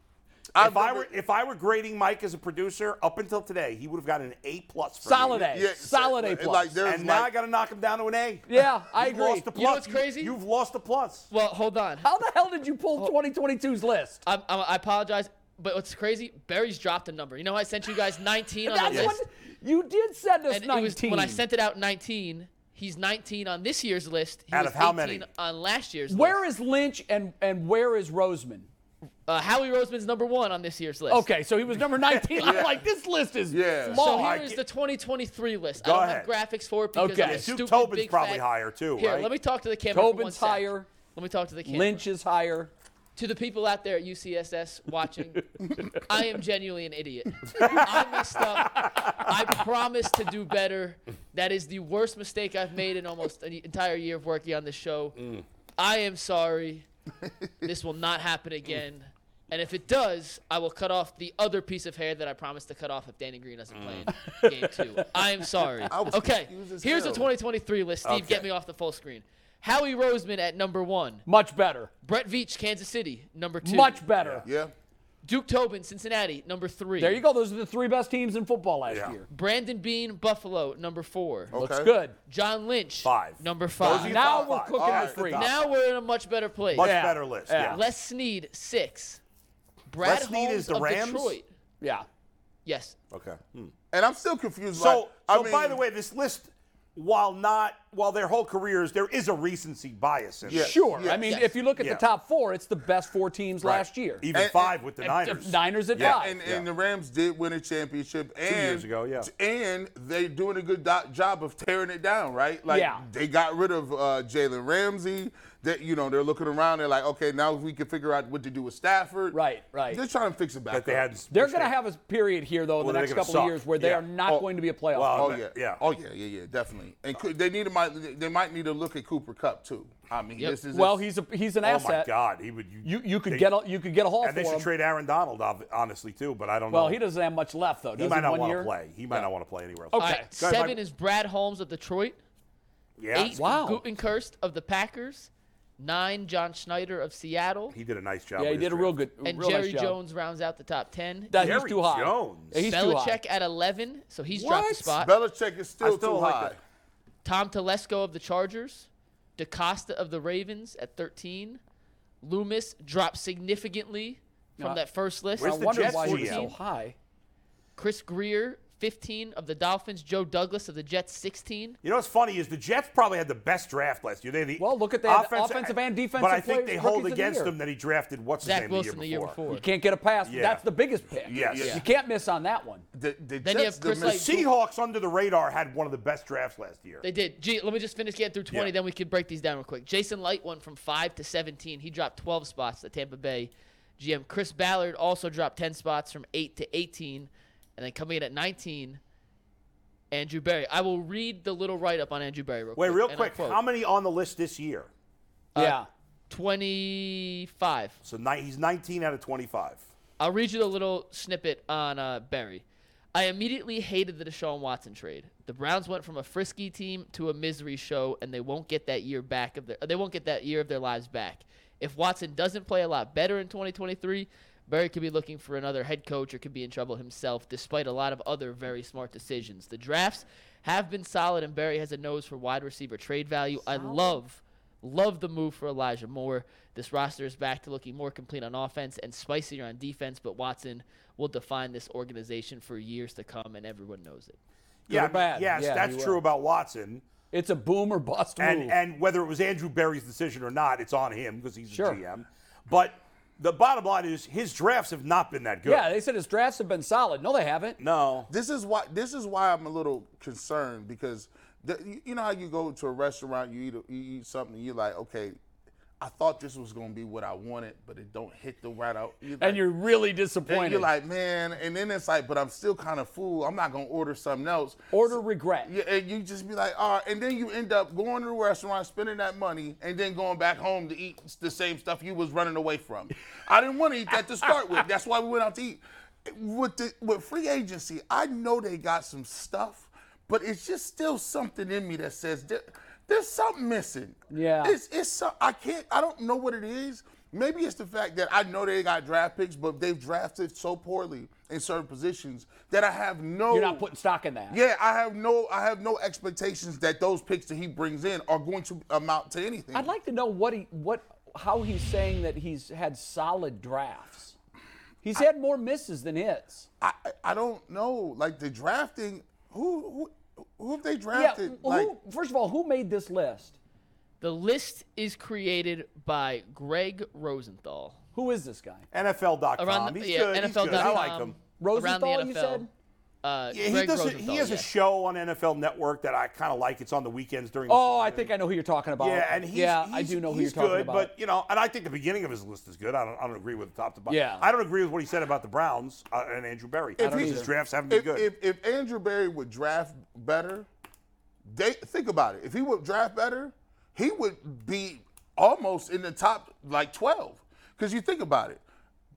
[SPEAKER 4] if I were if I were grading Mike as a producer, up until today, he would have gotten an A plus. for me.
[SPEAKER 2] Solid A. Solid A
[SPEAKER 3] like,
[SPEAKER 2] plus.
[SPEAKER 3] Like, there's
[SPEAKER 4] And now I
[SPEAKER 3] like-
[SPEAKER 4] got to knock him down to an A.
[SPEAKER 2] Yeah, I
[SPEAKER 4] You've
[SPEAKER 2] agree.
[SPEAKER 4] Lost a plus.
[SPEAKER 1] You know what's crazy?
[SPEAKER 4] You've lost a plus.
[SPEAKER 1] Well, hold on.
[SPEAKER 2] How the hell did you pull 2022's list?
[SPEAKER 1] I'm, I'm, Oh. I apologize, but what's crazy? Barry's dropped a number. You know, I sent you guys 19 on
[SPEAKER 2] That's
[SPEAKER 1] the list,
[SPEAKER 2] what you did send us
[SPEAKER 1] and
[SPEAKER 2] 19.
[SPEAKER 1] it was when I sent it out 19. He's 19 on this year's list. He
[SPEAKER 4] Out
[SPEAKER 1] was
[SPEAKER 4] of how
[SPEAKER 1] 18
[SPEAKER 4] many?
[SPEAKER 1] On last year's
[SPEAKER 2] Where
[SPEAKER 1] list.
[SPEAKER 2] is Lynch and and where is Roseman?
[SPEAKER 1] uh, Howie Roseman's number one on this year's list?
[SPEAKER 2] Okay, so he was number 19. I'm like, this list is
[SPEAKER 3] Yeah.
[SPEAKER 1] So
[SPEAKER 2] small.
[SPEAKER 1] here
[SPEAKER 4] I
[SPEAKER 1] is
[SPEAKER 4] get-
[SPEAKER 1] the 2023 list.
[SPEAKER 4] Go
[SPEAKER 1] I don't
[SPEAKER 4] ahead.
[SPEAKER 1] have graphics for it because
[SPEAKER 2] Okay.
[SPEAKER 1] I'm a
[SPEAKER 2] Yeah, Duke
[SPEAKER 1] stupid
[SPEAKER 4] Tobin's
[SPEAKER 1] big
[SPEAKER 4] probably
[SPEAKER 1] fat-
[SPEAKER 4] higher, too,
[SPEAKER 1] Here,
[SPEAKER 4] right?
[SPEAKER 1] let me talk to the camera. for one
[SPEAKER 2] Tobin's
[SPEAKER 1] sec.
[SPEAKER 2] higher.
[SPEAKER 1] Let me talk to the camera.
[SPEAKER 2] Lynch is higher.
[SPEAKER 1] to the people out there at UCSS watching, I am genuinely an idiot. I messed up. I promise to do better. That is the worst mistake I've made in almost an entire year of working on this show.
[SPEAKER 3] Mm.
[SPEAKER 1] I am sorry. This will not happen
[SPEAKER 3] Mm.
[SPEAKER 1] again. And if it does, I will cut off the other piece of hair that I promised to cut off if Danny Green doesn't play in game two. I am sorry.
[SPEAKER 3] Mm. was
[SPEAKER 1] Okay,
[SPEAKER 3] confused as
[SPEAKER 1] here's the
[SPEAKER 3] hell.
[SPEAKER 1] 2023 list. Steve, get
[SPEAKER 4] Okay.
[SPEAKER 1] me off the full screen. Howie Roseman at number one.
[SPEAKER 2] Much better.
[SPEAKER 1] Brett Veach, Kansas City, number two.
[SPEAKER 2] Much better.
[SPEAKER 3] yeah.
[SPEAKER 1] Duke Tobin, Cincinnati, number three.
[SPEAKER 2] There you go. Those are the three best teams in football last
[SPEAKER 4] Yeah.
[SPEAKER 2] year.
[SPEAKER 1] Brandon Bean, Buffalo, number four.
[SPEAKER 2] Looks
[SPEAKER 3] Okay.
[SPEAKER 2] good.
[SPEAKER 1] John Lynch,
[SPEAKER 4] Oh. Five.
[SPEAKER 1] number
[SPEAKER 4] Those are
[SPEAKER 1] five.
[SPEAKER 4] your
[SPEAKER 1] Now,
[SPEAKER 2] Now
[SPEAKER 4] top
[SPEAKER 2] we're
[SPEAKER 4] five.
[SPEAKER 2] cooking
[SPEAKER 4] All
[SPEAKER 2] with
[SPEAKER 4] right, the
[SPEAKER 2] three.
[SPEAKER 4] top
[SPEAKER 1] now we're in a much better place.
[SPEAKER 4] Much
[SPEAKER 2] Yeah.
[SPEAKER 4] better list.
[SPEAKER 2] Yeah.
[SPEAKER 4] Yeah.
[SPEAKER 1] Les Snead, six. Brad
[SPEAKER 4] Les Snead
[SPEAKER 1] Holmes
[SPEAKER 4] is the
[SPEAKER 1] of
[SPEAKER 4] Rams?
[SPEAKER 1] Detroit.
[SPEAKER 2] Yeah.
[SPEAKER 1] Yes.
[SPEAKER 3] Okay. And I'm still confused.
[SPEAKER 4] Hmm. So,
[SPEAKER 3] like, I
[SPEAKER 4] so
[SPEAKER 3] mean,
[SPEAKER 4] by the way, this list, while not while their whole careers, there is a recency bias in it.
[SPEAKER 3] Yeah.
[SPEAKER 2] Sure. I
[SPEAKER 3] Yes.
[SPEAKER 2] mean,
[SPEAKER 1] Yes.
[SPEAKER 2] if you look at
[SPEAKER 4] Yeah.
[SPEAKER 2] the top four, it's the best four teams
[SPEAKER 4] Right.
[SPEAKER 2] last year.
[SPEAKER 4] even
[SPEAKER 3] And-
[SPEAKER 4] five with the Niners.
[SPEAKER 2] Niners at
[SPEAKER 4] Yeah,
[SPEAKER 2] five.
[SPEAKER 3] and, and the Rams did win a championship and,
[SPEAKER 4] years ago, yeah.
[SPEAKER 3] And they doing a good do- job of tearing it down, right? Like
[SPEAKER 2] Yeah.
[SPEAKER 3] they got rid of uh, Jalen Ramsey. That you know they're looking around. They're like, okay, now we can figure out what to do with Stafford.
[SPEAKER 2] Right, right.
[SPEAKER 3] They're trying to fix it back.
[SPEAKER 4] that they
[SPEAKER 3] up.
[SPEAKER 4] had.
[SPEAKER 2] They're going to have a period here, though, in the
[SPEAKER 4] Well, they're
[SPEAKER 2] next
[SPEAKER 4] gonna
[SPEAKER 2] couple of
[SPEAKER 4] suck.
[SPEAKER 2] years where they
[SPEAKER 4] Yeah.
[SPEAKER 2] are not
[SPEAKER 3] Oh.
[SPEAKER 2] going to be a playoff.
[SPEAKER 4] Well,
[SPEAKER 3] Oh
[SPEAKER 2] team.
[SPEAKER 3] yeah,
[SPEAKER 4] yeah.
[SPEAKER 3] Oh yeah, yeah, yeah, definitely. And Coo- they need to might they might need to look at Cooper Cup too. I mean,
[SPEAKER 1] Yep.
[SPEAKER 3] this is
[SPEAKER 2] Well, he's a, he's an
[SPEAKER 4] Oh
[SPEAKER 2] asset.
[SPEAKER 4] my God, he would.
[SPEAKER 2] You you could
[SPEAKER 4] they-
[SPEAKER 2] get a, you could get a haul for
[SPEAKER 4] And they should
[SPEAKER 2] him.
[SPEAKER 4] trade Aaron Donald, ob- honestly, too. But I don't know.
[SPEAKER 2] well, he doesn't have much left though.
[SPEAKER 4] He
[SPEAKER 2] does
[SPEAKER 4] might not
[SPEAKER 2] One
[SPEAKER 4] want
[SPEAKER 2] year? Oh,
[SPEAKER 4] to play. He might not want to play anywhere else.
[SPEAKER 2] Okay.
[SPEAKER 1] All right.
[SPEAKER 4] Go ahead,
[SPEAKER 1] Seven
[SPEAKER 4] Mike.
[SPEAKER 1] is Brad Holmes of Detroit.
[SPEAKER 4] Yeah.
[SPEAKER 1] Eight,
[SPEAKER 2] Wow.
[SPEAKER 1] Gutenkirst of the Packers. Nine, John Schneider of Seattle.
[SPEAKER 4] He did a nice job.
[SPEAKER 2] Yeah, he
[SPEAKER 4] with
[SPEAKER 2] did
[SPEAKER 4] his
[SPEAKER 2] a real
[SPEAKER 4] draft.
[SPEAKER 2] good.
[SPEAKER 1] And
[SPEAKER 2] real nice
[SPEAKER 1] Jerry
[SPEAKER 2] job.
[SPEAKER 1] Jones rounds out the top 10.
[SPEAKER 2] That- he's
[SPEAKER 4] Jerry
[SPEAKER 2] too high.
[SPEAKER 4] Jones.
[SPEAKER 2] Yeah, he's too high.
[SPEAKER 1] Belichick at 11, so he's dropped a
[SPEAKER 4] What?
[SPEAKER 1] spot.
[SPEAKER 3] Belichick is
[SPEAKER 4] I
[SPEAKER 3] still,
[SPEAKER 4] still
[SPEAKER 3] too
[SPEAKER 4] like
[SPEAKER 3] high.
[SPEAKER 4] that.
[SPEAKER 1] Tom Telesco of the Chargers, DaCosta of the Ravens at 13. Loomis dropped significantly from
[SPEAKER 2] Uh,
[SPEAKER 1] that first list.
[SPEAKER 2] I
[SPEAKER 4] Where's the
[SPEAKER 2] wonder
[SPEAKER 4] Jets
[SPEAKER 2] why he was
[SPEAKER 4] GM?
[SPEAKER 2] so high.
[SPEAKER 1] Chris Greer, 15 of the Dolphins. Joe Douglas of the Jets, 16.
[SPEAKER 4] You know what's funny is the Jets probably had the best draft last year. They had the
[SPEAKER 2] Well, look at that, offensive and defensive
[SPEAKER 4] But I think
[SPEAKER 2] players,
[SPEAKER 4] they
[SPEAKER 2] rookies
[SPEAKER 4] hold
[SPEAKER 2] of the
[SPEAKER 4] against
[SPEAKER 2] year.
[SPEAKER 4] him that he drafted what's
[SPEAKER 1] Zach
[SPEAKER 4] his name
[SPEAKER 1] Wilson the year before.
[SPEAKER 2] You can't get a pass. but
[SPEAKER 4] Yeah.
[SPEAKER 2] That's the biggest pick.
[SPEAKER 4] Yes.
[SPEAKER 3] Yeah.
[SPEAKER 2] You can't miss on that one.
[SPEAKER 3] The, the
[SPEAKER 1] Then you
[SPEAKER 3] Jets,
[SPEAKER 1] have
[SPEAKER 3] the
[SPEAKER 1] Chris
[SPEAKER 3] mis-
[SPEAKER 1] Like,
[SPEAKER 4] The Seahawks under the radar had one of the best drafts last year.
[SPEAKER 1] They did. Gee, let me just finish getting through 20,
[SPEAKER 4] Yeah.
[SPEAKER 1] then we can break these down real quick. Jason Light went from 5 to 17. He dropped 12 spots at Tampa Bay. GM Chris Ballard also dropped 10 spots from 8 to 18. And then coming in at 19, Andrew Berry. I will read the little write up on Andrew Berry real
[SPEAKER 4] Wait,
[SPEAKER 1] quick.
[SPEAKER 4] real
[SPEAKER 1] and I'll
[SPEAKER 4] quick,
[SPEAKER 1] quote.
[SPEAKER 4] how many on the list this year?
[SPEAKER 1] Uh,
[SPEAKER 2] yeah.
[SPEAKER 1] 25.
[SPEAKER 4] So ni- he's 19 out of 25.
[SPEAKER 1] I'll read you the little snippet on uh, Barry. I immediately hated the Deshaun Watson trade. The Browns went from a frisky team to a misery show, and they won't get that year back of their they won't get that year of their lives back. If Watson doesn't play a lot better in 2023, Barry could be looking for another head coach or could be in trouble himself, despite a lot of other very smart decisions. The drafts have been solid, and Barry has a nose for wide receiver trade value. I love Love the move for Elijah Moore. This roster is back to looking more complete on offense and spicier on defense, but Watson will define this organization for years to come, and everyone knows it.
[SPEAKER 4] yeah,
[SPEAKER 2] or bad.
[SPEAKER 4] yes,
[SPEAKER 2] Yeah,
[SPEAKER 4] that's
[SPEAKER 2] he
[SPEAKER 4] true
[SPEAKER 2] will.
[SPEAKER 4] about Watson.
[SPEAKER 2] It's a boom or bust
[SPEAKER 4] And
[SPEAKER 2] move.
[SPEAKER 4] and whether it was Andrew Berry's decision or not, it's on him because he's the
[SPEAKER 2] Sure.
[SPEAKER 4] GM. But the bottom line is his drafts have not been that good.
[SPEAKER 2] yeah, they said his drafts have been solid. No, they haven't.
[SPEAKER 4] no.
[SPEAKER 3] this is why this is why I'm a little concerned because the, you- you know how you go to a restaurant, you eat a, you eat something, and you're like, okay, I thought this was gonna be what I wanted, but it don't hit the right out. You're like-
[SPEAKER 2] And you're really
[SPEAKER 3] then
[SPEAKER 2] disappointed.
[SPEAKER 3] you're like, man, and then it's like, but I'm still kind of fool. I'm not gonna order something else.
[SPEAKER 2] Order regret.
[SPEAKER 3] Yeah, and you just be like, all right, and then you end up going to the restaurant, spending that money, and then going back home to eat the same stuff you was running away from. I didn't want to eat that to start with. That's why we went out to eat. With the with free agency, I know they got some stuff, but it's just still something in me that says there, there's something missing.
[SPEAKER 2] Yeah.
[SPEAKER 3] It's it's some, I can't I don't know what it is. Maybe it's the fact that I know they got draft picks, but they've drafted so poorly in certain positions that I have no
[SPEAKER 2] You're not putting stock in that.
[SPEAKER 3] yeah, I have no I have no expectations that those picks that he brings in are going to amount to anything.
[SPEAKER 2] I'd like to know what he what how he's saying that he's had solid drafts. He's had more misses than hits.
[SPEAKER 3] I I- I don't know. Like the drafting, who who who have they
[SPEAKER 2] Yeah.
[SPEAKER 3] drafted?
[SPEAKER 2] Who,
[SPEAKER 3] like
[SPEAKER 2] first of all, who made this list?
[SPEAKER 1] The list is created by Greg Rosenthal.
[SPEAKER 2] Who is this guy?
[SPEAKER 4] NFL.com.
[SPEAKER 1] Around the,
[SPEAKER 4] he's
[SPEAKER 1] yeah,
[SPEAKER 4] good. He's
[SPEAKER 1] NFL.com.
[SPEAKER 4] good. I like him.
[SPEAKER 2] Rosenthal,
[SPEAKER 1] around
[SPEAKER 2] you
[SPEAKER 1] the NFL.
[SPEAKER 2] said?
[SPEAKER 1] Uh,
[SPEAKER 4] Yeah, he
[SPEAKER 1] Greg
[SPEAKER 4] does. A,
[SPEAKER 1] Rosenthal,
[SPEAKER 4] he has
[SPEAKER 1] yeah.
[SPEAKER 4] a show on NFL Network that I kind of like. It's on the weekends during. The
[SPEAKER 2] Oh, I
[SPEAKER 4] season.
[SPEAKER 2] think I know who you're talking about.
[SPEAKER 4] Yeah, and he's,
[SPEAKER 2] yeah, I
[SPEAKER 4] he's-
[SPEAKER 2] do know who you're
[SPEAKER 4] he's
[SPEAKER 2] talking
[SPEAKER 4] good,
[SPEAKER 2] about.
[SPEAKER 4] But you know, and I think the beginning of his list is good. I don't. I don't agree with the top to bottom.
[SPEAKER 2] Yeah.
[SPEAKER 4] I don't agree with what he said about the Browns uh, and Andrew Berry. I think
[SPEAKER 3] he-
[SPEAKER 4] his drafts haven't been
[SPEAKER 3] if,
[SPEAKER 4] good.
[SPEAKER 3] if if Andrew Berry would draft better, they think about it. If he would draft better, he would be almost in the top like twelve. Because you think about it,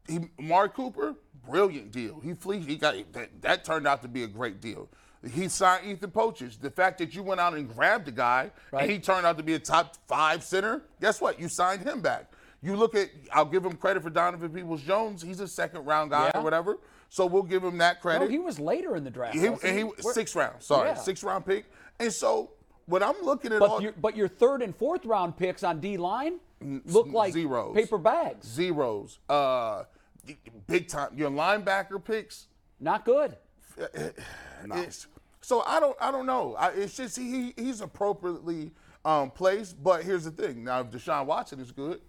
[SPEAKER 3] he, Mark Cooper, brilliant deal. He flee, he got that, that turned out to be a great deal. He signed Ethan Poaches. The fact that you went out and grabbed a guy
[SPEAKER 2] Right.
[SPEAKER 3] and he turned out to be a top five center, guess what? You signed him back. You look at, I'll give him credit for Donovan Peoples Jones. He's a second round guy
[SPEAKER 2] Yeah.
[SPEAKER 3] or whatever. So we'll give him that credit.
[SPEAKER 2] No, Oh, he was later in the draft.
[SPEAKER 3] He,
[SPEAKER 2] wasn't
[SPEAKER 3] and he
[SPEAKER 2] he? Where-
[SPEAKER 3] six round, sorry,
[SPEAKER 2] Yeah.
[SPEAKER 3] six round pick. And so when I'm looking at all
[SPEAKER 2] But your, but your third and fourth round picks on D line look like
[SPEAKER 3] zeros.
[SPEAKER 2] paper bags.
[SPEAKER 3] zeros, uh, big time, your linebacker picks.
[SPEAKER 2] Not good.
[SPEAKER 3] it's- so I don't, I don't know. I, it's just he, he's appropriately um, placed. But here's the thing: now if Deshaun Watson is good,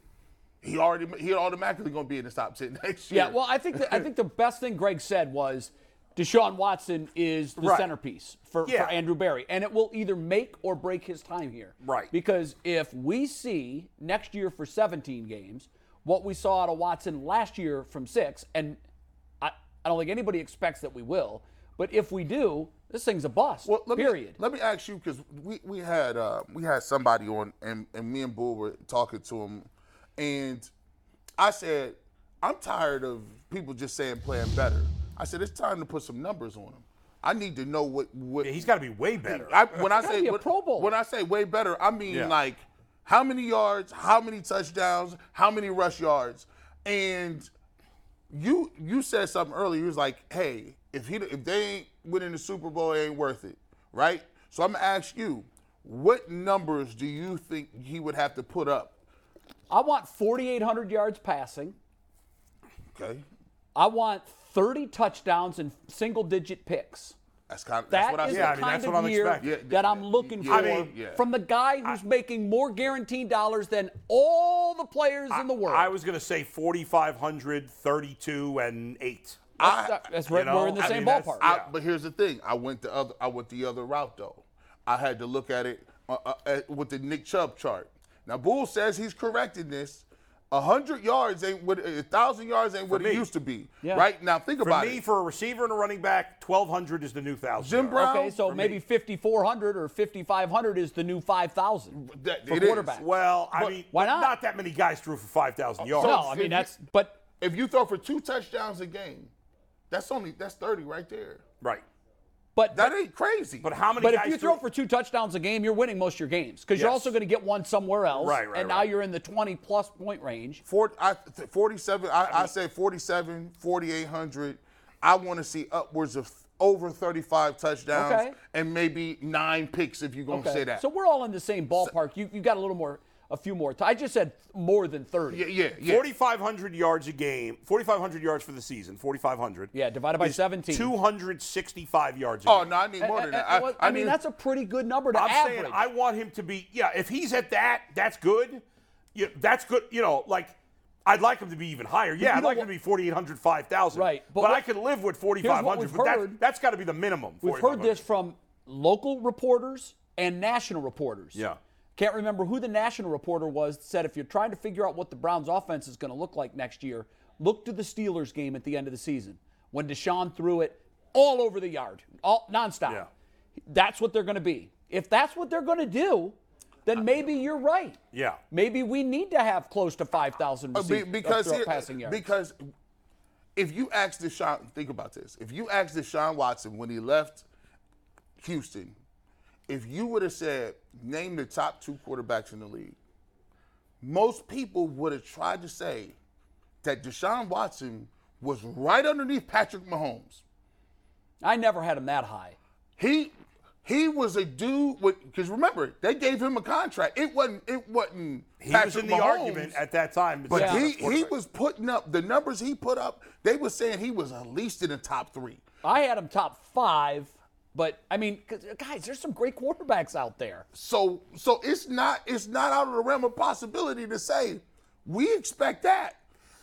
[SPEAKER 3] he already he automatically going to be in the top ten next year.
[SPEAKER 2] Yeah, well, I think the, I think the best thing Greg said was Deshaun Watson is the
[SPEAKER 3] Right.
[SPEAKER 2] centerpiece for,
[SPEAKER 4] Yeah.
[SPEAKER 2] for Andrew Barry, and it will either make or break his time here.
[SPEAKER 4] Right.
[SPEAKER 2] Because if we see next year for 17 games what we saw out of Watson last year from six, and I, I don't think anybody expects that we will, but if we do, this thing's a bust.
[SPEAKER 3] Well, let
[SPEAKER 2] period.
[SPEAKER 3] Me, let me ask you because we, we had uh, we had somebody on and, and me and Bull were talking to him, and I said I'm tired of people just saying playing better. I said it's time to put some numbers on him. I need to know what what
[SPEAKER 4] Yeah, he's got to be way better.
[SPEAKER 3] I, when I
[SPEAKER 2] Gotta
[SPEAKER 3] say
[SPEAKER 2] be a
[SPEAKER 3] when,
[SPEAKER 2] Pro Bowl.
[SPEAKER 3] when I say way better, I mean
[SPEAKER 4] Yeah.
[SPEAKER 3] like how many yards, how many touchdowns, how many rush yards, and you you said something earlier. You was like, hey, if he if they ain't winning the Super Bowl, it ain't worth it, right? So I'm gonna ask you, what numbers do you think he would have to put up?
[SPEAKER 2] I want 4,800 yards passing.
[SPEAKER 3] Okay,
[SPEAKER 2] I want 30 touchdowns and single-digit picks.
[SPEAKER 3] that's kind of that's
[SPEAKER 2] That
[SPEAKER 3] what I
[SPEAKER 2] is
[SPEAKER 3] said.
[SPEAKER 4] Yeah, I
[SPEAKER 2] the
[SPEAKER 4] mean,
[SPEAKER 2] kind
[SPEAKER 4] that's what
[SPEAKER 2] of
[SPEAKER 4] I'm
[SPEAKER 2] year
[SPEAKER 4] expecting. Yeah,
[SPEAKER 2] that I'm looking
[SPEAKER 3] yeah,
[SPEAKER 2] for
[SPEAKER 4] I mean,
[SPEAKER 3] yeah.
[SPEAKER 2] from the guy who's making more guaranteed dollars than all the players in the world.
[SPEAKER 4] I was going to say 4,500, 32, and 8.
[SPEAKER 2] that's, that's right.
[SPEAKER 4] you know,
[SPEAKER 2] we're in the
[SPEAKER 4] I
[SPEAKER 2] same
[SPEAKER 4] mean, that's-
[SPEAKER 2] ballpark.
[SPEAKER 3] I,
[SPEAKER 4] Yeah.
[SPEAKER 3] But here's the thing: I went the other, I went the other route though. I had to look at it uh, uh, uh, with the Nick Chubb chart. Now Bull says he's correcting this. A hundred yards ain't what a thousand yards ain't what
[SPEAKER 4] me.
[SPEAKER 3] it used to be.
[SPEAKER 2] Yeah.
[SPEAKER 3] Right now, think
[SPEAKER 4] For
[SPEAKER 3] about
[SPEAKER 4] me,
[SPEAKER 3] it.
[SPEAKER 4] for a receiver and a running back, 1,200 is the new 1,000.
[SPEAKER 3] Jim Brown.
[SPEAKER 2] okay, so maybe 5,400 or 5,500 is the new 5,000
[SPEAKER 3] That-
[SPEAKER 2] for
[SPEAKER 3] it is.
[SPEAKER 2] quarterback.
[SPEAKER 4] Well, I mean,
[SPEAKER 2] why not? Oh,
[SPEAKER 4] that many guys threw for 5,000 yards.
[SPEAKER 2] no, I mean that's but
[SPEAKER 3] if you throw for two touchdowns a game, that's only that's thirty right there.
[SPEAKER 4] right.
[SPEAKER 2] but
[SPEAKER 3] That ain't crazy.
[SPEAKER 4] But how many
[SPEAKER 2] But
[SPEAKER 4] guys
[SPEAKER 2] if you throw for two touchdowns a game, you're winning most of your games because you're
[SPEAKER 4] Yes.
[SPEAKER 2] also going to get one somewhere else.
[SPEAKER 4] Right, right,
[SPEAKER 2] And now
[SPEAKER 4] right.
[SPEAKER 2] you're in the 20 plus point range.
[SPEAKER 3] Four, I, th- 47, I, I say 47, 4,800. I want to see upwards of over 35 touchdowns
[SPEAKER 2] Okay.
[SPEAKER 3] and maybe nine picks if you're going to
[SPEAKER 2] Okay.
[SPEAKER 3] say that.
[SPEAKER 2] So we're all in the same ballpark. you you got a little more, a few more. T- I just said more than 30.
[SPEAKER 3] yeah, yeah, yeah.
[SPEAKER 4] 4,500 yards a game, 4,500 yards for the season, 4,500.
[SPEAKER 2] Yeah, divided by
[SPEAKER 4] is
[SPEAKER 2] 17.
[SPEAKER 4] 265 yards a
[SPEAKER 3] oh,
[SPEAKER 4] game.
[SPEAKER 3] no, I need more
[SPEAKER 2] I,
[SPEAKER 3] than that.
[SPEAKER 2] I- I mean,
[SPEAKER 3] need-
[SPEAKER 2] that's a pretty good number to
[SPEAKER 4] I'm
[SPEAKER 2] average.
[SPEAKER 4] saying I want him to be, yeah, if he's at that, that's good. Yeah, that's good. You know, like, I'd like him to be even higher. Yeah,
[SPEAKER 2] you
[SPEAKER 4] I'd
[SPEAKER 2] know
[SPEAKER 4] like him
[SPEAKER 2] what-
[SPEAKER 4] to be 4,800, 5,000.
[SPEAKER 2] Right, but
[SPEAKER 4] But, I
[SPEAKER 2] what-
[SPEAKER 4] could live with
[SPEAKER 2] we've
[SPEAKER 4] 4,500, but
[SPEAKER 2] heard.
[SPEAKER 4] that, that's got to be the minimum.
[SPEAKER 2] We've heard
[SPEAKER 4] 4,500.
[SPEAKER 2] this from local reporters and national reporters.
[SPEAKER 4] Yeah.
[SPEAKER 2] Can't remember who the national reporter was that said if you're trying to figure out what the Browns offense is going to look like next year, look to the Steelers game at the end of the season when Deshaun threw it all over the yard, all nonstop.
[SPEAKER 4] Yeah.
[SPEAKER 2] That's what they're going to be. If that's what they're going to do, then maybe you're right.
[SPEAKER 4] Yeah.
[SPEAKER 2] Maybe we need to have close to 5,000
[SPEAKER 3] Uh, be-
[SPEAKER 2] receive-
[SPEAKER 3] because
[SPEAKER 2] throw-
[SPEAKER 3] here-
[SPEAKER 2] passing yards.
[SPEAKER 3] because if you ask Deshaun, think about this. If you ask Deshaun Watson when he left Houston, if you would have said name the top two quarterbacks in the league, most people would have tried to say that Deshaun Watson was right underneath Patrick Mahomes.
[SPEAKER 2] I never had him that high.
[SPEAKER 3] He he was a dude with because remember they gave him a contract. It wasn't it wasn't
[SPEAKER 4] He was
[SPEAKER 3] Patrick
[SPEAKER 4] in the
[SPEAKER 3] Mahomes.
[SPEAKER 4] argument at that time.
[SPEAKER 3] But
[SPEAKER 2] Yeah.
[SPEAKER 3] he, he was putting up the numbers he put up. They were saying he was at least in the top three.
[SPEAKER 2] I had him top five, but I mean, 'cause, guys, there's some great quarterbacks out there.
[SPEAKER 3] So so it's not it's not out of the realm of possibility to say we expect that.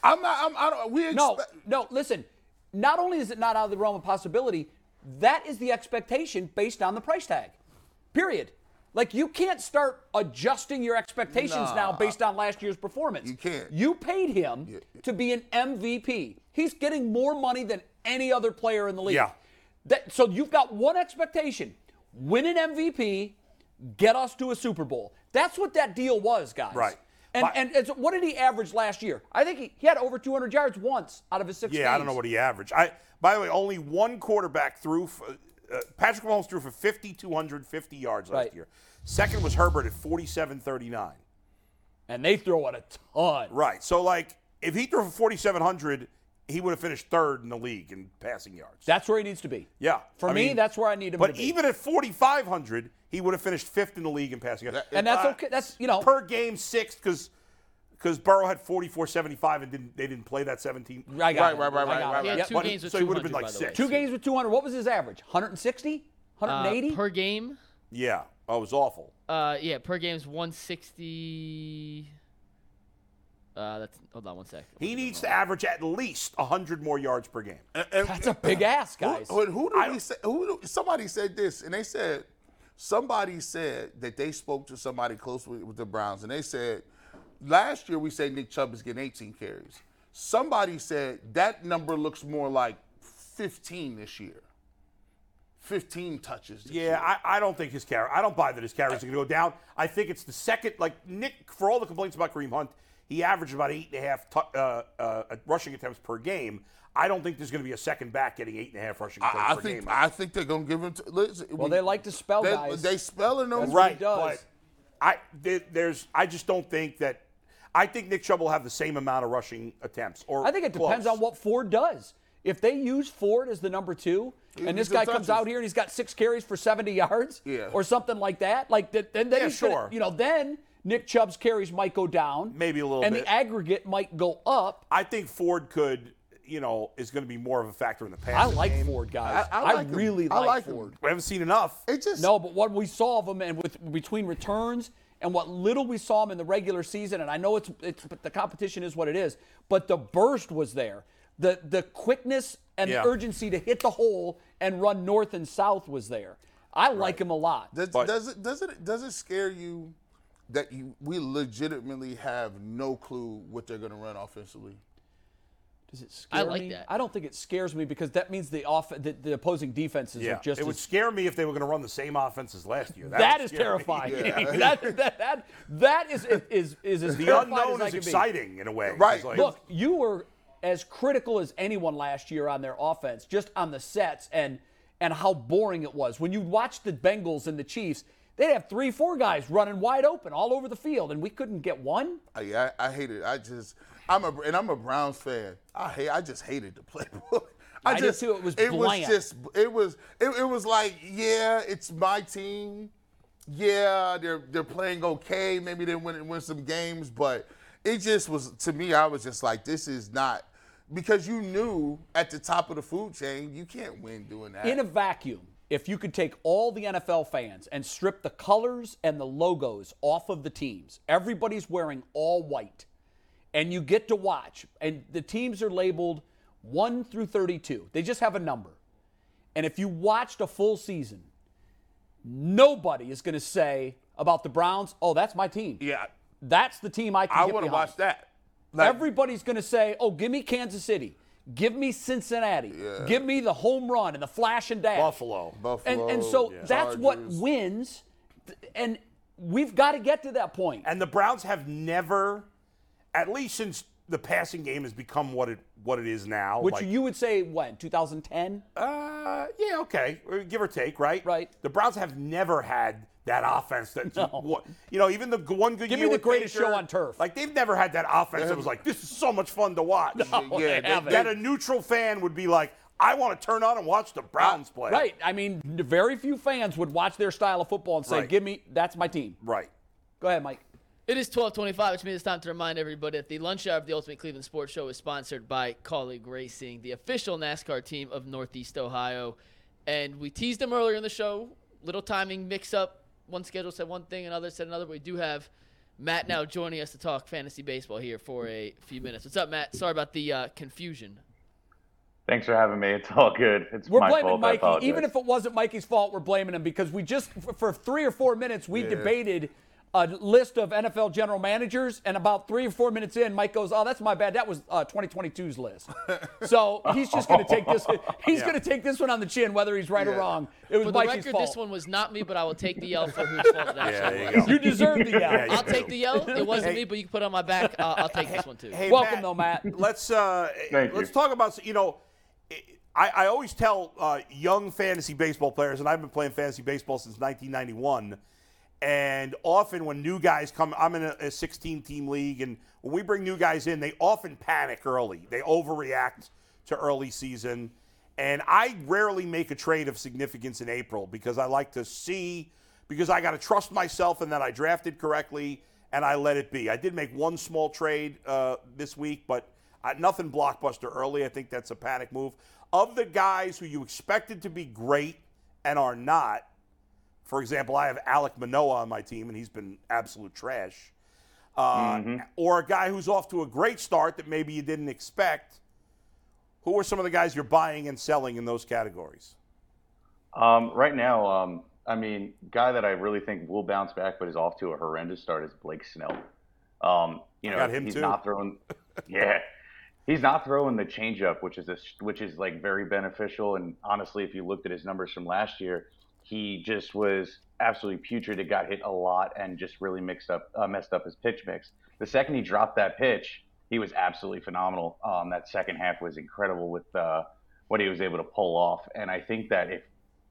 [SPEAKER 3] I'm not. I'm. I don't. We
[SPEAKER 2] No,
[SPEAKER 3] expect.
[SPEAKER 2] no, listen. Not only is it not out of the realm of possibility, that is the expectation based on the price tag. Period. Like you can't start adjusting your expectations now based on last year's performance. You
[SPEAKER 3] can't.
[SPEAKER 2] You paid him to be an MVP. He's getting more money than any other player in the league.
[SPEAKER 4] Yeah.
[SPEAKER 2] That, so you've got one expectation: win an MVP, get us to a Super Bowl. That's what that deal was, guys.
[SPEAKER 4] Right.
[SPEAKER 2] And
[SPEAKER 4] But-
[SPEAKER 2] and, and so what did he average last year? I think he, he had over 200 yards once out of his six.
[SPEAKER 4] Yeah, I don't know what he averaged. I by the way, only one quarterback threw. For, uh, Patrick Mahomes threw for 5,250 yards last
[SPEAKER 2] Right.
[SPEAKER 4] year. Second was Herbert at 4,739.
[SPEAKER 2] and they throw out a ton.
[SPEAKER 4] Right. So like if he threw for 4700, he would have finished third in the league in passing yards.
[SPEAKER 2] That's where he needs to be.
[SPEAKER 4] yeah.
[SPEAKER 2] For
[SPEAKER 4] I
[SPEAKER 2] me,
[SPEAKER 4] mean,
[SPEAKER 2] that's where I need him
[SPEAKER 4] But
[SPEAKER 2] to be.
[SPEAKER 4] even at 4500, he would have finished fifth in the league in passing yards.
[SPEAKER 2] and that's
[SPEAKER 4] Uh,
[SPEAKER 2] okay. That's you know,
[SPEAKER 4] per game sixth cuz cuz Burrow had 4475 and didn't they didn't play that 17.
[SPEAKER 2] I got
[SPEAKER 3] Right,
[SPEAKER 2] it.
[SPEAKER 3] right, right,
[SPEAKER 2] I got
[SPEAKER 3] right,
[SPEAKER 2] it.
[SPEAKER 3] right,
[SPEAKER 1] He had
[SPEAKER 2] Yep.
[SPEAKER 1] two
[SPEAKER 4] What-
[SPEAKER 1] games with
[SPEAKER 4] so he
[SPEAKER 1] 200,
[SPEAKER 4] would've been like
[SPEAKER 1] by the way.
[SPEAKER 4] six.
[SPEAKER 2] Two games with 200. What was his average? 160?
[SPEAKER 1] Uh,
[SPEAKER 2] 180?
[SPEAKER 1] per game.
[SPEAKER 4] Yeah. Oh, it was awful.
[SPEAKER 1] Uh, yeah, per game's 160. Uh, that's hold on one sec.
[SPEAKER 4] He needs to average at least 100 more yards per game.
[SPEAKER 3] And- and-
[SPEAKER 2] That's a big ass, guys.
[SPEAKER 3] Who, who did we say? Who do- somebody said this, and they said somebody said that they spoke to somebody close with, with the Browns, and they said last year we said Nick Chubb is getting 18 carries. Somebody said that number looks more like 15 this year. 15 touches. This year.
[SPEAKER 4] Yeah, I, I don't think his carry. I don't buy that his carries are going to go down. I think it's the second. Like Nick, for all the complaints about Kareem Hunt, he averaged about eight and a half tou- uh, uh, rushing attempts per game. I don't think there's going to be a second back getting eight and a half rushing attempts
[SPEAKER 3] I, I
[SPEAKER 4] per
[SPEAKER 3] think
[SPEAKER 4] game.
[SPEAKER 3] I think they're gonna give him. To, listen,
[SPEAKER 2] well, they like to spell
[SPEAKER 3] they,
[SPEAKER 2] guys.
[SPEAKER 3] they spelling them
[SPEAKER 2] That's what
[SPEAKER 4] right,
[SPEAKER 2] he does.
[SPEAKER 4] but I there, there's I just don't think that. I think Nick Chubb will have the same amount of rushing attempts. Or
[SPEAKER 2] I think it depends
[SPEAKER 4] close.
[SPEAKER 2] on what Ford does. If they use Ford as the number two, and this
[SPEAKER 3] needs the
[SPEAKER 2] guy comes
[SPEAKER 3] touches.
[SPEAKER 2] out here and he's got six carries for 70 yards
[SPEAKER 3] Yeah.
[SPEAKER 2] or something like that, like th- then, then
[SPEAKER 4] Yeah,
[SPEAKER 2] he's gonna-
[SPEAKER 4] sure.
[SPEAKER 2] you know, then Nick Chubb's carries might go down.
[SPEAKER 4] Maybe a little
[SPEAKER 2] And
[SPEAKER 4] bit.
[SPEAKER 2] the aggregate might go up.
[SPEAKER 4] I think Ford could, you know, is going to be more of a factor in the
[SPEAKER 2] I
[SPEAKER 4] pass.
[SPEAKER 2] like Ford, guys.
[SPEAKER 3] I- I like him.
[SPEAKER 2] really
[SPEAKER 3] I
[SPEAKER 2] like,
[SPEAKER 3] like him.
[SPEAKER 2] Ford.
[SPEAKER 4] We haven't seen enough.
[SPEAKER 3] It just
[SPEAKER 2] No, but what we saw of him and with between returns and what little we saw him in the regular season, and I know it's it's but the competition is what it is, but the burst was there. The the quickness and
[SPEAKER 4] Yeah.
[SPEAKER 2] the urgency to hit the hole and run north and south was there. I like him a lot.
[SPEAKER 3] Does,
[SPEAKER 4] But-
[SPEAKER 3] does it does it does it scare you that you we legitimately have no clue what they're going to run offensively?
[SPEAKER 2] Does it scare
[SPEAKER 1] I like
[SPEAKER 2] me?
[SPEAKER 1] that.
[SPEAKER 2] I don't think it scares me because that means the off the, the opposing defenses
[SPEAKER 4] Yeah,
[SPEAKER 2] are just
[SPEAKER 4] it would
[SPEAKER 2] as
[SPEAKER 4] scare me if they were going to run the same offense as last year.
[SPEAKER 2] that
[SPEAKER 4] would
[SPEAKER 2] is
[SPEAKER 4] scare me.
[SPEAKER 2] terrifying.
[SPEAKER 3] Yeah.
[SPEAKER 2] that, that, that, that is is is as
[SPEAKER 4] The
[SPEAKER 2] terrified
[SPEAKER 4] unknown
[SPEAKER 2] as I
[SPEAKER 4] is
[SPEAKER 2] can be.
[SPEAKER 4] exciting in a way.
[SPEAKER 3] Right.
[SPEAKER 4] It's like-
[SPEAKER 2] Look, you were as critical as anyone last year on their offense, just on the sets and and how boring it was. When you watched the Bengals and the Chiefs, they'd have three, four guys running wide open all over the field, and we couldn't get one.
[SPEAKER 3] I, I I hate it. I just I'm a and I'm a Browns fan. I hate. I just hated the playbook.
[SPEAKER 2] I did too. It was
[SPEAKER 3] It
[SPEAKER 2] bland.
[SPEAKER 3] was just. It was. It, it was like, yeah, it's my team. Yeah, they're they're playing okay. Maybe they win win some games, but it just was to me. I was just like, this is not because you knew at the top of the food chain you can't win doing that.
[SPEAKER 2] In a vacuum, if you could take all the NFL fans and strip the colors and the logos off of the teams, everybody's wearing all white, and you get to watch, and the teams are labeled 1 through 32, they just have a number. And if you watched a full season, nobody is going to say about the Browns, oh, that's my team.
[SPEAKER 3] yeah,
[SPEAKER 2] That's the team I can
[SPEAKER 3] I
[SPEAKER 2] get
[SPEAKER 3] want to
[SPEAKER 2] behind."
[SPEAKER 3] watch that. Like,
[SPEAKER 2] Everybody's going to say, "Oh, give me Kansas City, give me Cincinnati, give me the home run and the flash and dash."
[SPEAKER 4] Buffalo.
[SPEAKER 2] And,
[SPEAKER 3] Buffalo,
[SPEAKER 2] and so
[SPEAKER 3] yeah.
[SPEAKER 2] that's what
[SPEAKER 3] Chargers.
[SPEAKER 2] wins, th- and we've got to get to that point.
[SPEAKER 4] and the Browns have never, at least since the passing game has become what it what it is now.
[SPEAKER 2] which
[SPEAKER 4] like-
[SPEAKER 2] you would say when 2010,
[SPEAKER 4] Uh, yeah, okay, Uh, give or take, right?
[SPEAKER 2] Right.
[SPEAKER 4] The Browns have never had that offense that you know, even the g- one good
[SPEAKER 2] Give me
[SPEAKER 4] year
[SPEAKER 2] the
[SPEAKER 4] with
[SPEAKER 2] greatest
[SPEAKER 4] Baker,
[SPEAKER 2] show on turf.
[SPEAKER 4] Like they've never had that offense that was like this is so much fun to watch.
[SPEAKER 3] yeah, they-
[SPEAKER 2] haven't.
[SPEAKER 4] that a neutral fan would be like, I want to turn on and watch the Browns play.
[SPEAKER 2] Uh, right? I mean, n- very few fans would watch their style of football and say,
[SPEAKER 4] Right.
[SPEAKER 2] "Give me that's my team."
[SPEAKER 4] right.
[SPEAKER 2] Go ahead, Mike.
[SPEAKER 1] It is 12:25, which means it's time to remind everybody that the lunch hour of the Ultimate Cleveland Sports Show is sponsored by Colleague Racing, the official NASCAR team of Northeast Ohio. And we teased them earlier in the show. Little timing mix-up. One schedule said one thing, another said another. But we do have Matt now joining us to talk fantasy baseball here for a few minutes. What's up, Matt? Sorry about the uh, confusion.
[SPEAKER 5] Thanks for having me. It's all good. It's
[SPEAKER 2] We're
[SPEAKER 5] my
[SPEAKER 2] blaming
[SPEAKER 5] fault. I
[SPEAKER 2] Mikey,
[SPEAKER 5] apologize.
[SPEAKER 2] even if it wasn't Mikey's fault. We're blaming him because we just for, for three or four minutes we debated a list of NFL general managers, and about three or four minutes in, Mike goes, "Oh, that's my bad. That was uh, 2022's list." so he's just going to take this. He's going to take this one on the chin, whether he's right or
[SPEAKER 3] Yeah.
[SPEAKER 2] wrong. It was
[SPEAKER 1] For the
[SPEAKER 2] Mikey's
[SPEAKER 1] record,
[SPEAKER 2] fault.
[SPEAKER 1] this one was not me, but I will take the L for whose fault it actually was.
[SPEAKER 4] there you go.
[SPEAKER 2] you deserve the L.
[SPEAKER 4] Yeah,
[SPEAKER 1] I'll take the L. It wasn't
[SPEAKER 4] Hey.
[SPEAKER 1] me, but you can put it on my back. Uh, I'll take this one too.
[SPEAKER 4] Hey,
[SPEAKER 2] Welcome
[SPEAKER 4] Matt,
[SPEAKER 2] though, Matt.
[SPEAKER 4] Let's uh,
[SPEAKER 5] Thank
[SPEAKER 4] let's
[SPEAKER 5] you.
[SPEAKER 4] talk about you know. I, I always tell uh, young fantasy baseball players, and I've been playing fantasy baseball since 1991. And often when new guys come, I'm in a, a 16 team league, and when we bring new guys in, they often panic early. They overreact to early season. And I rarely make a trade of significance in April because I like to see, because I got to trust myself and that I drafted correctly and I let it be. I did make one small trade uh, this week, but I, nothing blockbuster early. I think that's a panic move. Of the guys who you expected to be great and are not, for example, I have Alec Manoa on my team, and he's been absolute trash. Uh, Or a guy who's off to a great start that maybe you didn't expect. Who are some of the guys you're buying and selling in those categories?
[SPEAKER 5] Um, right now, um, I mean, guy that I really think will bounce back, but is off to a horrendous start is Blake Snell. Um, you know,
[SPEAKER 4] got him
[SPEAKER 5] he's
[SPEAKER 4] too.
[SPEAKER 5] not throwing. yeah, he's not throwing the changeup, which is a, which is like very beneficial. And honestly, if you looked at his numbers from last year, he just was absolutely putrid. It got hit a lot and just really mixed up, uh, messed up his pitch mix. The second he dropped that pitch, he was absolutely phenomenal. Um, that second half was incredible with uh, what he was able to pull off. And I think that if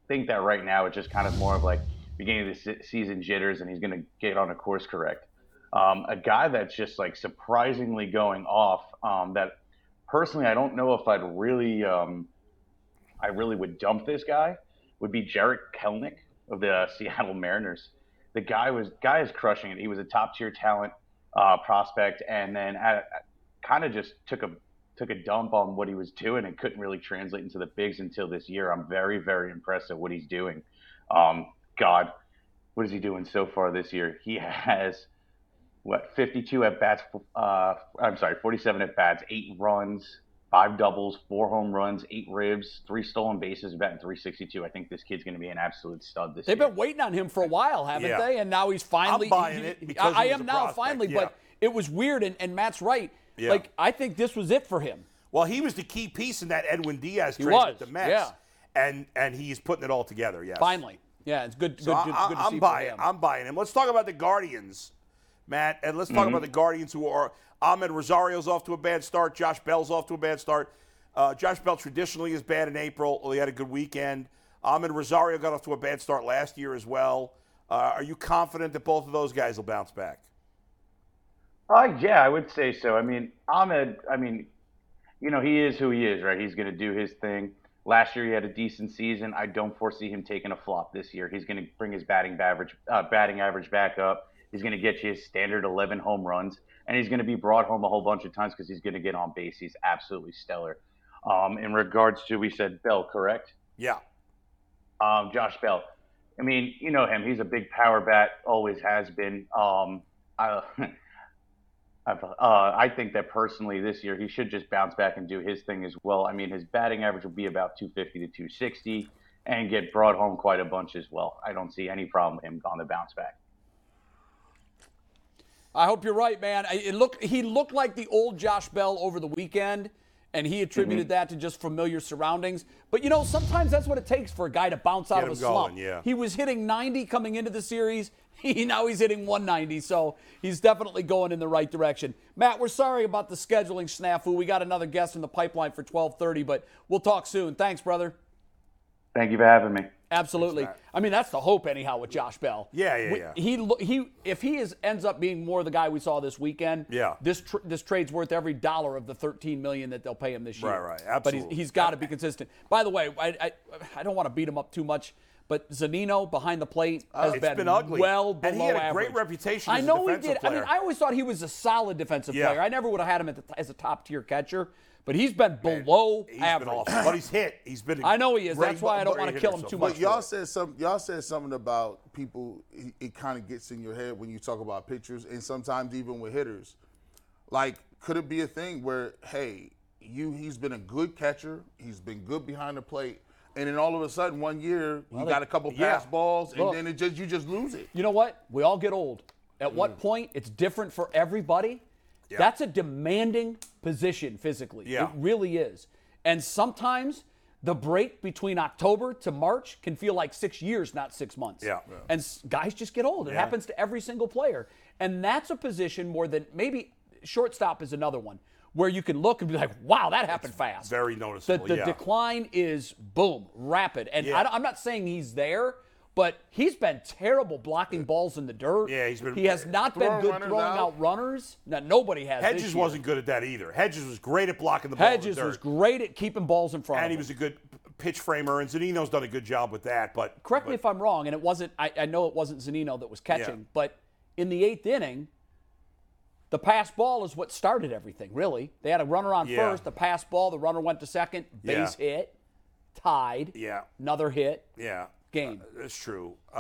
[SPEAKER 5] think that right now it's just kind of more of like beginning of the se- season jitters, and he's going to get on a course correct. Um, a guy that's just like surprisingly going off. Um, that personally, I don't know if I'd really, um, I really would dump this guy. Would be Jarek Kelnick of the uh, Seattle Mariners. The guy was guy is crushing it. He was a top tier talent uh, prospect, and then kind of just took a took a dump on what he was doing and couldn't really translate into the bigs until this year. I'm very, very impressed at what he's doing. Um, God, what is he doing so far this year? He has what 52 at bats. Uh, I'm sorry, 47 at bats, eight runs, five doubles, four home runs, eight ribs, three stolen bases, batting 362. I think this kid's going to be an absolute stud this
[SPEAKER 2] They've
[SPEAKER 5] year.
[SPEAKER 2] been waiting on him for a while, haven't
[SPEAKER 4] Yeah.
[SPEAKER 2] they? And now he's finally.
[SPEAKER 4] buying it because
[SPEAKER 2] I,
[SPEAKER 4] he
[SPEAKER 2] I am
[SPEAKER 4] was a
[SPEAKER 2] now
[SPEAKER 4] prospect,
[SPEAKER 2] finally,
[SPEAKER 4] yeah.
[SPEAKER 2] but it was weird, and, and Matt's right.
[SPEAKER 4] Yeah.
[SPEAKER 2] Like I think this was it for him.
[SPEAKER 4] Well, he was the key piece in that Edwin Diaz trade
[SPEAKER 2] was,
[SPEAKER 4] with the Mets,
[SPEAKER 2] yeah.
[SPEAKER 4] and and he's putting it all together. Yes,
[SPEAKER 2] Finally, yeah, it's good. Good,
[SPEAKER 4] So I,
[SPEAKER 2] good,
[SPEAKER 4] I-
[SPEAKER 2] good to
[SPEAKER 4] I'm
[SPEAKER 2] see
[SPEAKER 4] buying.
[SPEAKER 2] for him.
[SPEAKER 4] I'm buying him. Let's talk about the Guardians, Matt, and let's
[SPEAKER 2] Mm-hmm.
[SPEAKER 4] talk about the Guardians who are Ahmed Rosario's off to a bad start. Josh Bell's off to a bad start. Uh, Josh Bell traditionally is bad in April. Well, he had a good weekend. Ahmed Rosario got off to a bad start last year as well. Uh, are you confident that both of those guys will bounce back?
[SPEAKER 5] Uh, yeah, I would say so. I mean, Ahmed, I mean, you know, he is who he is, right? He's going to do his thing. Last year, he had a decent season. I don't foresee him taking a flop this year. He's going to bring his batting average, uh, batting average back up. He's going to get you his standard 11 home runs, and he's going to be brought home a whole bunch of times because he's going to get on base. He's absolutely stellar. Um, in regards to, we said Bell, correct?
[SPEAKER 4] Yeah.
[SPEAKER 5] Um, Josh Bell. I mean, you know him. He's a big power bat, always has been. Um, I, I've, uh, I think that personally this year he should just bounce back and do his thing as well. I mean, his batting average will be about 250 to 260 and get brought home quite a bunch as well. I don't see any problem with him on the bounce back.
[SPEAKER 2] I hope you're right, man. I- It look, he looked like the old Josh Bell over the weekend, and he attributed
[SPEAKER 4] Mm-hmm.
[SPEAKER 2] that to just familiar surroundings. But you know, sometimes that's what it takes for a guy to bounce out of
[SPEAKER 4] Get
[SPEAKER 2] a
[SPEAKER 4] him going,
[SPEAKER 2] slump.
[SPEAKER 4] yeah.
[SPEAKER 2] He was hitting 90 coming into the series. He now he's hitting 190, so he's definitely going in the right direction. Matt, we're sorry about the scheduling snafu. We got another guest in the pipeline for 12:30, but we'll talk soon. Thanks, brother.
[SPEAKER 5] Thank you for having me.
[SPEAKER 2] Absolutely. I mean, that's the hope anyhow with Josh Bell.
[SPEAKER 4] Yeah, yeah,
[SPEAKER 2] We-
[SPEAKER 4] yeah.
[SPEAKER 2] He lo- he if he is ends up being more the guy we saw this weekend.
[SPEAKER 4] Yeah.
[SPEAKER 2] This tr- this trade's worth every dollar of the 13 million that they'll pay him this year.
[SPEAKER 4] Right, right.
[SPEAKER 2] But
[SPEAKER 4] Absolutely.
[SPEAKER 2] he's, he's got to be consistent. By the way, I I, I don't want to beat him up too much. But Zanino behind the plate has
[SPEAKER 4] Uh, it's
[SPEAKER 2] been,
[SPEAKER 4] been ugly.
[SPEAKER 2] well below
[SPEAKER 4] And he had a great
[SPEAKER 2] average.
[SPEAKER 4] reputation
[SPEAKER 2] I
[SPEAKER 4] as a
[SPEAKER 2] know he did.
[SPEAKER 4] defensive
[SPEAKER 2] I mean,
[SPEAKER 4] player.
[SPEAKER 2] I always thought he was a solid defensive
[SPEAKER 4] Yeah.
[SPEAKER 2] player. I never would have had him at the, as a top tier catcher, but he's been below
[SPEAKER 4] He's
[SPEAKER 2] average.
[SPEAKER 4] been awful, but he's hit. He's been. a
[SPEAKER 2] I know he is.
[SPEAKER 4] great
[SPEAKER 2] That's why I don't
[SPEAKER 4] hitter
[SPEAKER 2] wanna kill him
[SPEAKER 4] so
[SPEAKER 2] too
[SPEAKER 4] far.
[SPEAKER 2] much.
[SPEAKER 3] But y'all said some. Y'all said something about people. It, it kind of gets in your head when you talk about pitchers, and sometimes even with hitters. Like, could it be a thing where, hey, you? He's been a good catcher. He's been good behind the plate, and then all of a sudden, one year, you got a couple
[SPEAKER 4] yeah.
[SPEAKER 3] pass balls, and
[SPEAKER 2] Look.
[SPEAKER 3] then it just you just lose it.
[SPEAKER 2] You know what? We all get old. At what
[SPEAKER 4] Mm.
[SPEAKER 2] point? It's different for everybody. That's a demanding position physically.
[SPEAKER 4] Yeah.
[SPEAKER 2] It really is. And sometimes the break between October to March can feel like six years, not six months.
[SPEAKER 4] Yeah. Yeah.
[SPEAKER 2] And s- guys just get old. It happens to every single player. And that's a position more than maybe shortstop is another one where you can look and be like, wow, that happened fast.
[SPEAKER 4] very
[SPEAKER 2] The,
[SPEAKER 4] noticeable,
[SPEAKER 2] the
[SPEAKER 4] yeah.
[SPEAKER 2] decline is boom, rapid. And
[SPEAKER 4] Yeah.
[SPEAKER 2] I, am not saying he's there, But he's been terrible blocking balls in the dirt.
[SPEAKER 4] Yeah, he's been-
[SPEAKER 2] He has not been
[SPEAKER 3] Throwing
[SPEAKER 2] good
[SPEAKER 3] runners
[SPEAKER 2] throwing out,
[SPEAKER 3] out.
[SPEAKER 2] runners. No, nobody has. this
[SPEAKER 4] Hedges
[SPEAKER 2] year.
[SPEAKER 4] wasn't good at that either. Hedges was great at blocking the ball. in the
[SPEAKER 2] Hedges was
[SPEAKER 4] dirt.
[SPEAKER 2] great at keeping balls in front.
[SPEAKER 4] and
[SPEAKER 2] of
[SPEAKER 4] he
[SPEAKER 2] him.
[SPEAKER 4] was a good p- pitch framer, and Zanino's done a good job with that. But
[SPEAKER 2] correct me if I'm wrong, and it wasn't. I, I know it wasn't Zanino that was catching, but in the eighth inning, the pass ball is what started everything. Really, they had a runner on
[SPEAKER 4] Yeah.
[SPEAKER 2] first, the pass ball, the runner went to second, base hit, tied,
[SPEAKER 4] yeah,
[SPEAKER 2] another hit,
[SPEAKER 4] yeah,
[SPEAKER 2] game.
[SPEAKER 4] that's true. Uh,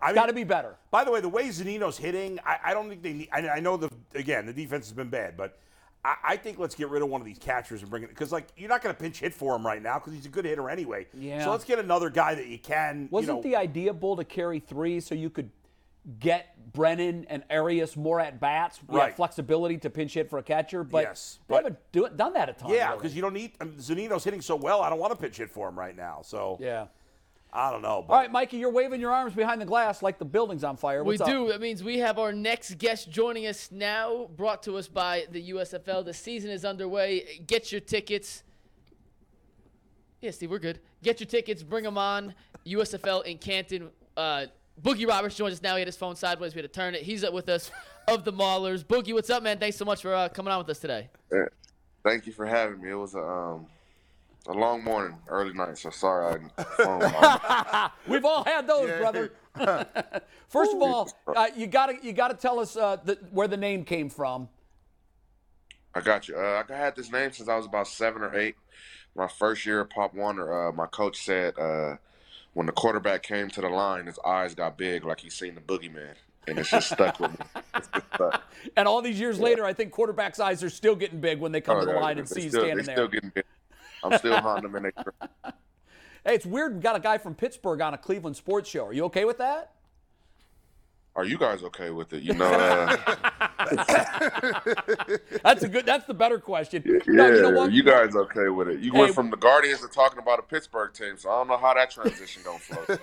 [SPEAKER 4] I mean,
[SPEAKER 2] Got to be better.
[SPEAKER 4] By the way, the way Zanino's hitting, I, I don't think they need. I, I know the again the defense has been bad, but I, I think let's get rid of one of these catchers and bring it because like you're not going to pinch hit for him right now because he's a good hitter anyway.
[SPEAKER 2] Yeah.
[SPEAKER 4] So let's get another guy that you can.
[SPEAKER 2] Wasn't
[SPEAKER 4] you know,
[SPEAKER 2] the idea bull to carry three so you could get Brennan and Arias more at bats, You have
[SPEAKER 4] Right.
[SPEAKER 2] flexibility to pinch hit for a catcher? But
[SPEAKER 4] Yes,
[SPEAKER 2] they
[SPEAKER 4] but-
[SPEAKER 2] haven't do it, done that a ton.
[SPEAKER 4] yeah
[SPEAKER 2] really.
[SPEAKER 4] because you don't need I mean, Zanino's hitting so well. I don't want to pinch hit for him right now. So
[SPEAKER 2] yeah.
[SPEAKER 4] I don't know. But
[SPEAKER 2] All right, Mikey, you're waving your arms behind the glass like the building's on fire.
[SPEAKER 1] We
[SPEAKER 2] What's up?
[SPEAKER 1] do. That means we have our next guest joining us now, brought to us by the USFL. The season is underway. Get your tickets. Yeah, Steve, we're good. Get your tickets. Bring them on. USFL in Canton. Uh, Boogie Roberts joins us now. He had his phone sideways. We had to turn it. He's up with us of the Maulers. Boogie, what's up, man? Thanks so much for uh, coming on with us today.
[SPEAKER 6] Thank you for having me. It was a um, a long morning, early night, so sorry I didn't. phone Um, call.
[SPEAKER 2] We've all had those, brother. First of all, uh, you gotta you gotta tell us uh, the, where the name came from.
[SPEAKER 6] I got you. Uh, I had this name since I was about seven or eight. My first year at Pop Warner, uh, my coach said uh, when the quarterback came to the line, his eyes got big like he seen the boogeyman, and it's just stuck with me. It's just stuck.
[SPEAKER 2] And all these years later, I think quarterbacks' eyes are still getting big when they
[SPEAKER 4] Oh,
[SPEAKER 2] come to the line and
[SPEAKER 6] They
[SPEAKER 2] see you
[SPEAKER 6] still, they
[SPEAKER 2] standing
[SPEAKER 6] still
[SPEAKER 2] there.
[SPEAKER 6] getting big. I'm still haunting them in their
[SPEAKER 2] Hey, it's weird. We got a guy from Pittsburgh on a Cleveland sports show. Are you okay with that?
[SPEAKER 6] Are you guys okay with it? You know, uh,
[SPEAKER 2] That's a good. That's the better question.
[SPEAKER 6] yeah,
[SPEAKER 2] No, you know what?
[SPEAKER 6] you guys okay with it? You
[SPEAKER 2] Hey.
[SPEAKER 6] went from the Guardians to talking about a Pittsburgh team, so I don't know how that transition gonna flow.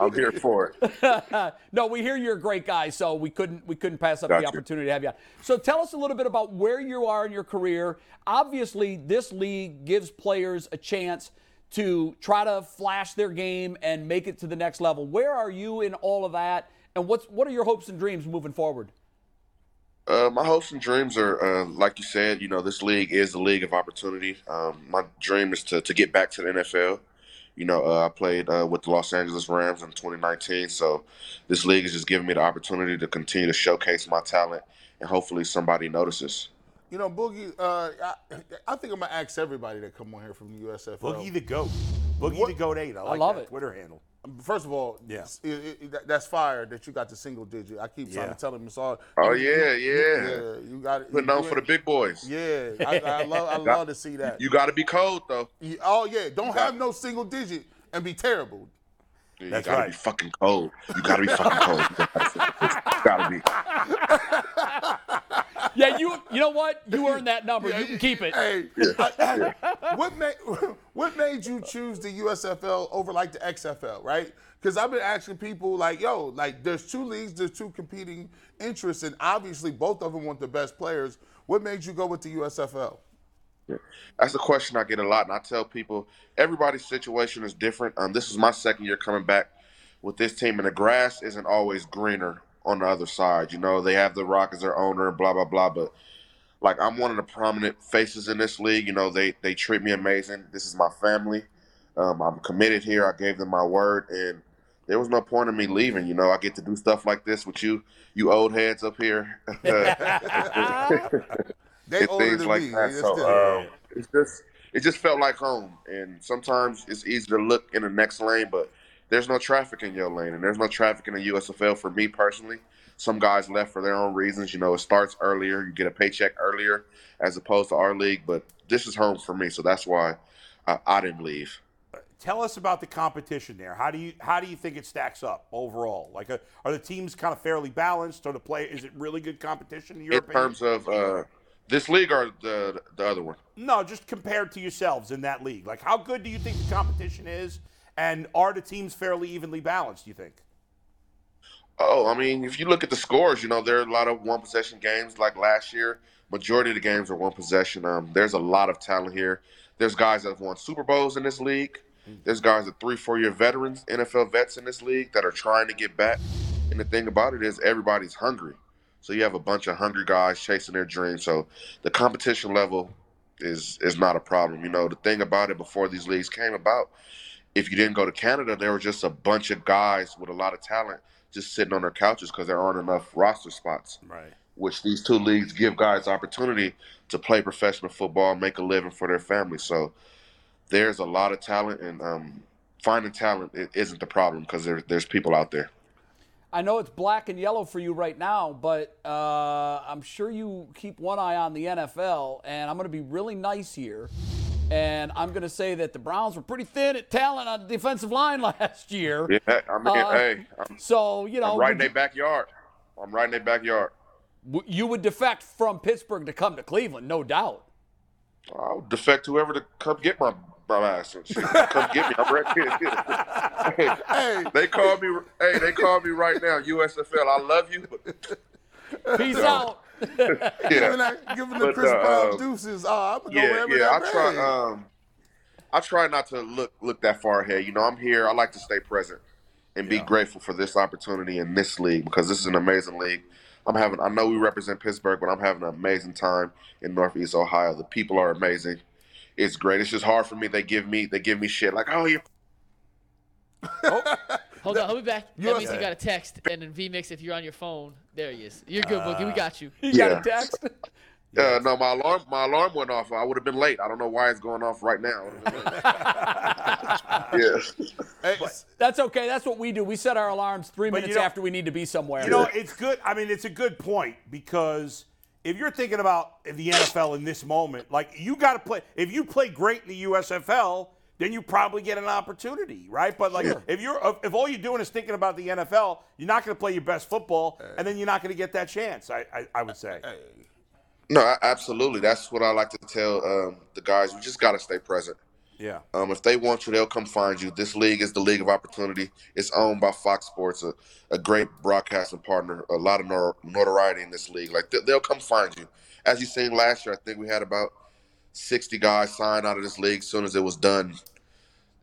[SPEAKER 6] I'm here for it.
[SPEAKER 2] Uh, No, we hear you're a great guy, so we couldn't we couldn't pass up
[SPEAKER 6] Got
[SPEAKER 2] the
[SPEAKER 6] you.
[SPEAKER 2] opportunity to have you on. So tell us a little bit about where you are in your career. Obviously, this league gives players a chance to try to flash their game and make it to the next level. Where are you in all of that? And what's what are your hopes and dreams moving forward?
[SPEAKER 6] Uh, my hopes and dreams are, uh, like you said, you know, this league is the league of opportunity. Um, my dream is to, to get back to the NFL. You know, uh, I played uh, with the Los Angeles Rams in 2019, so this league is just giving me the opportunity to continue to showcase my talent, and hopefully somebody notices.
[SPEAKER 3] You know, Boogie, uh, I, I think I'm gonna ask everybody that come on here from the USFL.
[SPEAKER 4] Boogie the goat. Boogie the goat eight. I, like
[SPEAKER 2] love
[SPEAKER 4] that
[SPEAKER 2] it.
[SPEAKER 4] Twitter handle.
[SPEAKER 3] First of all,
[SPEAKER 4] Yeah.
[SPEAKER 3] s- it- it- that- that's fire that you got the single digit. I keep trying
[SPEAKER 4] Yeah.
[SPEAKER 3] to tell him it's all.
[SPEAKER 6] Oh yeah,
[SPEAKER 3] yeah,
[SPEAKER 6] yeah.
[SPEAKER 3] you got it.
[SPEAKER 6] Putting
[SPEAKER 3] you
[SPEAKER 6] on
[SPEAKER 3] do
[SPEAKER 6] for the
[SPEAKER 3] it.
[SPEAKER 6] big boys.
[SPEAKER 3] Yeah, I, I love, I love to see that.
[SPEAKER 6] You got to be cold though.
[SPEAKER 3] You- oh yeah, don't have no single digit and be terrible.
[SPEAKER 6] You
[SPEAKER 4] That's
[SPEAKER 6] gotta
[SPEAKER 4] right.
[SPEAKER 6] be fucking cold. You gotta be fucking cold. You gotta be.
[SPEAKER 2] Yeah, you you know what? You earned that number. You can keep it.
[SPEAKER 3] Hey, I- I- what made what made you choose the USFL over like the XFL, right? Because I've been asking people like, yo, like there's two leagues, there's two competing interests, and obviously both of them want the best players. What made you go with the USFL?
[SPEAKER 6] That's a question I get a lot, and I tell people everybody's situation is different. Um, this is my second year coming back with this team, and the grass isn't always greener on the other side. You know, they have the Rock as their owner, and blah blah blah. But like, I'm one of the prominent faces in this league. You know, they they treat me amazing. This is my family. Um, I'm committed here. I gave them my word, and there was no point in me leaving. You know, I get to do stuff like this with you, you old heads up here. Uh,
[SPEAKER 3] They
[SPEAKER 6] and
[SPEAKER 3] older
[SPEAKER 6] things
[SPEAKER 3] than
[SPEAKER 6] like
[SPEAKER 3] me.
[SPEAKER 6] that.
[SPEAKER 3] It's
[SPEAKER 6] So
[SPEAKER 3] still-
[SPEAKER 6] um, it's just it just felt like home. And sometimes it's easy to look in the next lane, but there's no traffic in your lane, and there's no traffic in the USFL for me personally. Some guys left for their own reasons. You know, it starts earlier. You get a paycheck earlier as opposed to our league. But this is home for me, so that's why I, I didn't leave.
[SPEAKER 4] Tell us about the competition there. How do you how do you think it stacks up overall? Like, uh, are the teams kind of fairly balanced? Or the play is it really good competition in your
[SPEAKER 6] In
[SPEAKER 4] opinion?
[SPEAKER 6] terms of uh, this league or the the other one.
[SPEAKER 4] No, just compared to yourselves in that league. Like, how good do you think the competition is? And are the teams fairly evenly balanced? Do you think?
[SPEAKER 6] Oh, I mean, if you look at the scores, you know, there are a lot of one possession games like last year. Majority of the games are one possession. Um, there's a lot of talent here. There's guys that have won Super Bowls in this league. There's guys that three, four year veterans, NFL vets in this league that are trying to get back. And the thing about it is everybody's hungry. So you have a bunch of hungry guys chasing their dreams. So the competition level is is not a problem. You know, the thing about it before these leagues came about, if you didn't go to Canada, there were just a bunch of guys with a lot of talent just sitting on their couches because there aren't enough roster spots.
[SPEAKER 4] Right.
[SPEAKER 6] Which these two leagues give guys opportunity to play professional football, make a living for their family. So there's a lot of talent, and um, finding talent i- isn't the problem because there, there's people out there.
[SPEAKER 2] I know it's black and yellow for you right now, but uh, I'm sure you keep one eye on the NFL. And I'm going to be really nice here, and I'm going to say that the Browns were pretty thin at talent on the defensive line last year.
[SPEAKER 6] Yeah, I mean,
[SPEAKER 2] Uh,
[SPEAKER 6] hey, I'm,
[SPEAKER 2] So you know,
[SPEAKER 6] I'm right in
[SPEAKER 2] would
[SPEAKER 6] their backyard. I'm right in their backyard.
[SPEAKER 2] you, you would defect from Pittsburgh to come to Cleveland, no doubt.
[SPEAKER 6] I'll defect whoever to come get my my ass. and shit. Come get me. I'm ready. hey, they call me. Hey, they call me right now. USFL. I love you. But,
[SPEAKER 2] Peace out.
[SPEAKER 6] yeah.
[SPEAKER 3] Giving, that, giving the
[SPEAKER 6] But,
[SPEAKER 3] Chris
[SPEAKER 6] uh,
[SPEAKER 3] Brown
[SPEAKER 6] um,
[SPEAKER 3] deuces. Oh, I'm gonna go
[SPEAKER 6] yeah,
[SPEAKER 3] wherever
[SPEAKER 6] yeah.
[SPEAKER 3] that
[SPEAKER 6] I try.
[SPEAKER 3] man.
[SPEAKER 6] Um, I try not to look look that far ahead. You know, I'm here. I like to stay present and be grateful for this opportunity in this league because this is an amazing league. I'm having. I know we represent Pittsburgh, but I'm having an amazing time in Northeast Ohio. The people are amazing. It's great. It's just hard for me. They give me they give me shit like, oh, you're
[SPEAKER 1] Hold on, I'll be back.
[SPEAKER 3] You-
[SPEAKER 1] That means you got a text, and then VMix, if you're on your phone, there he is. You're good,
[SPEAKER 2] Uh,
[SPEAKER 1] Boogie. We got you.
[SPEAKER 2] You
[SPEAKER 6] yeah.
[SPEAKER 2] got a text.
[SPEAKER 6] Uh, no, my alarm my alarm went off. I would have been late. I don't know why it's going off right now. yeah.
[SPEAKER 3] Hey,
[SPEAKER 2] That's okay. That's what we do. We set our alarms three minutes
[SPEAKER 4] know-
[SPEAKER 2] after we need to be somewhere.
[SPEAKER 4] You know, it's good. I mean, it's a good point because if you're thinking about the NFL in this moment, like you got to play. If you play great in the USFL, then you probably get an opportunity, right? But like, if you're if- if all you're doing is thinking about the NFL, you're not going to play your best football, and then you're not going to get that chance. I I, I would say.
[SPEAKER 6] No, I- absolutely. That's what I like to tell um, the guys. You just got to stay present.
[SPEAKER 4] Yeah.
[SPEAKER 6] Um, if they want you, they'll come find you. This league is the league of opportunity. It's owned by Fox Sports, a, a great broadcasting partner. A lot of nor- notoriety in this league. Like they- they'll come find you. As you seen last year, I think we had about sixty guys sign out of this league as soon as it was done,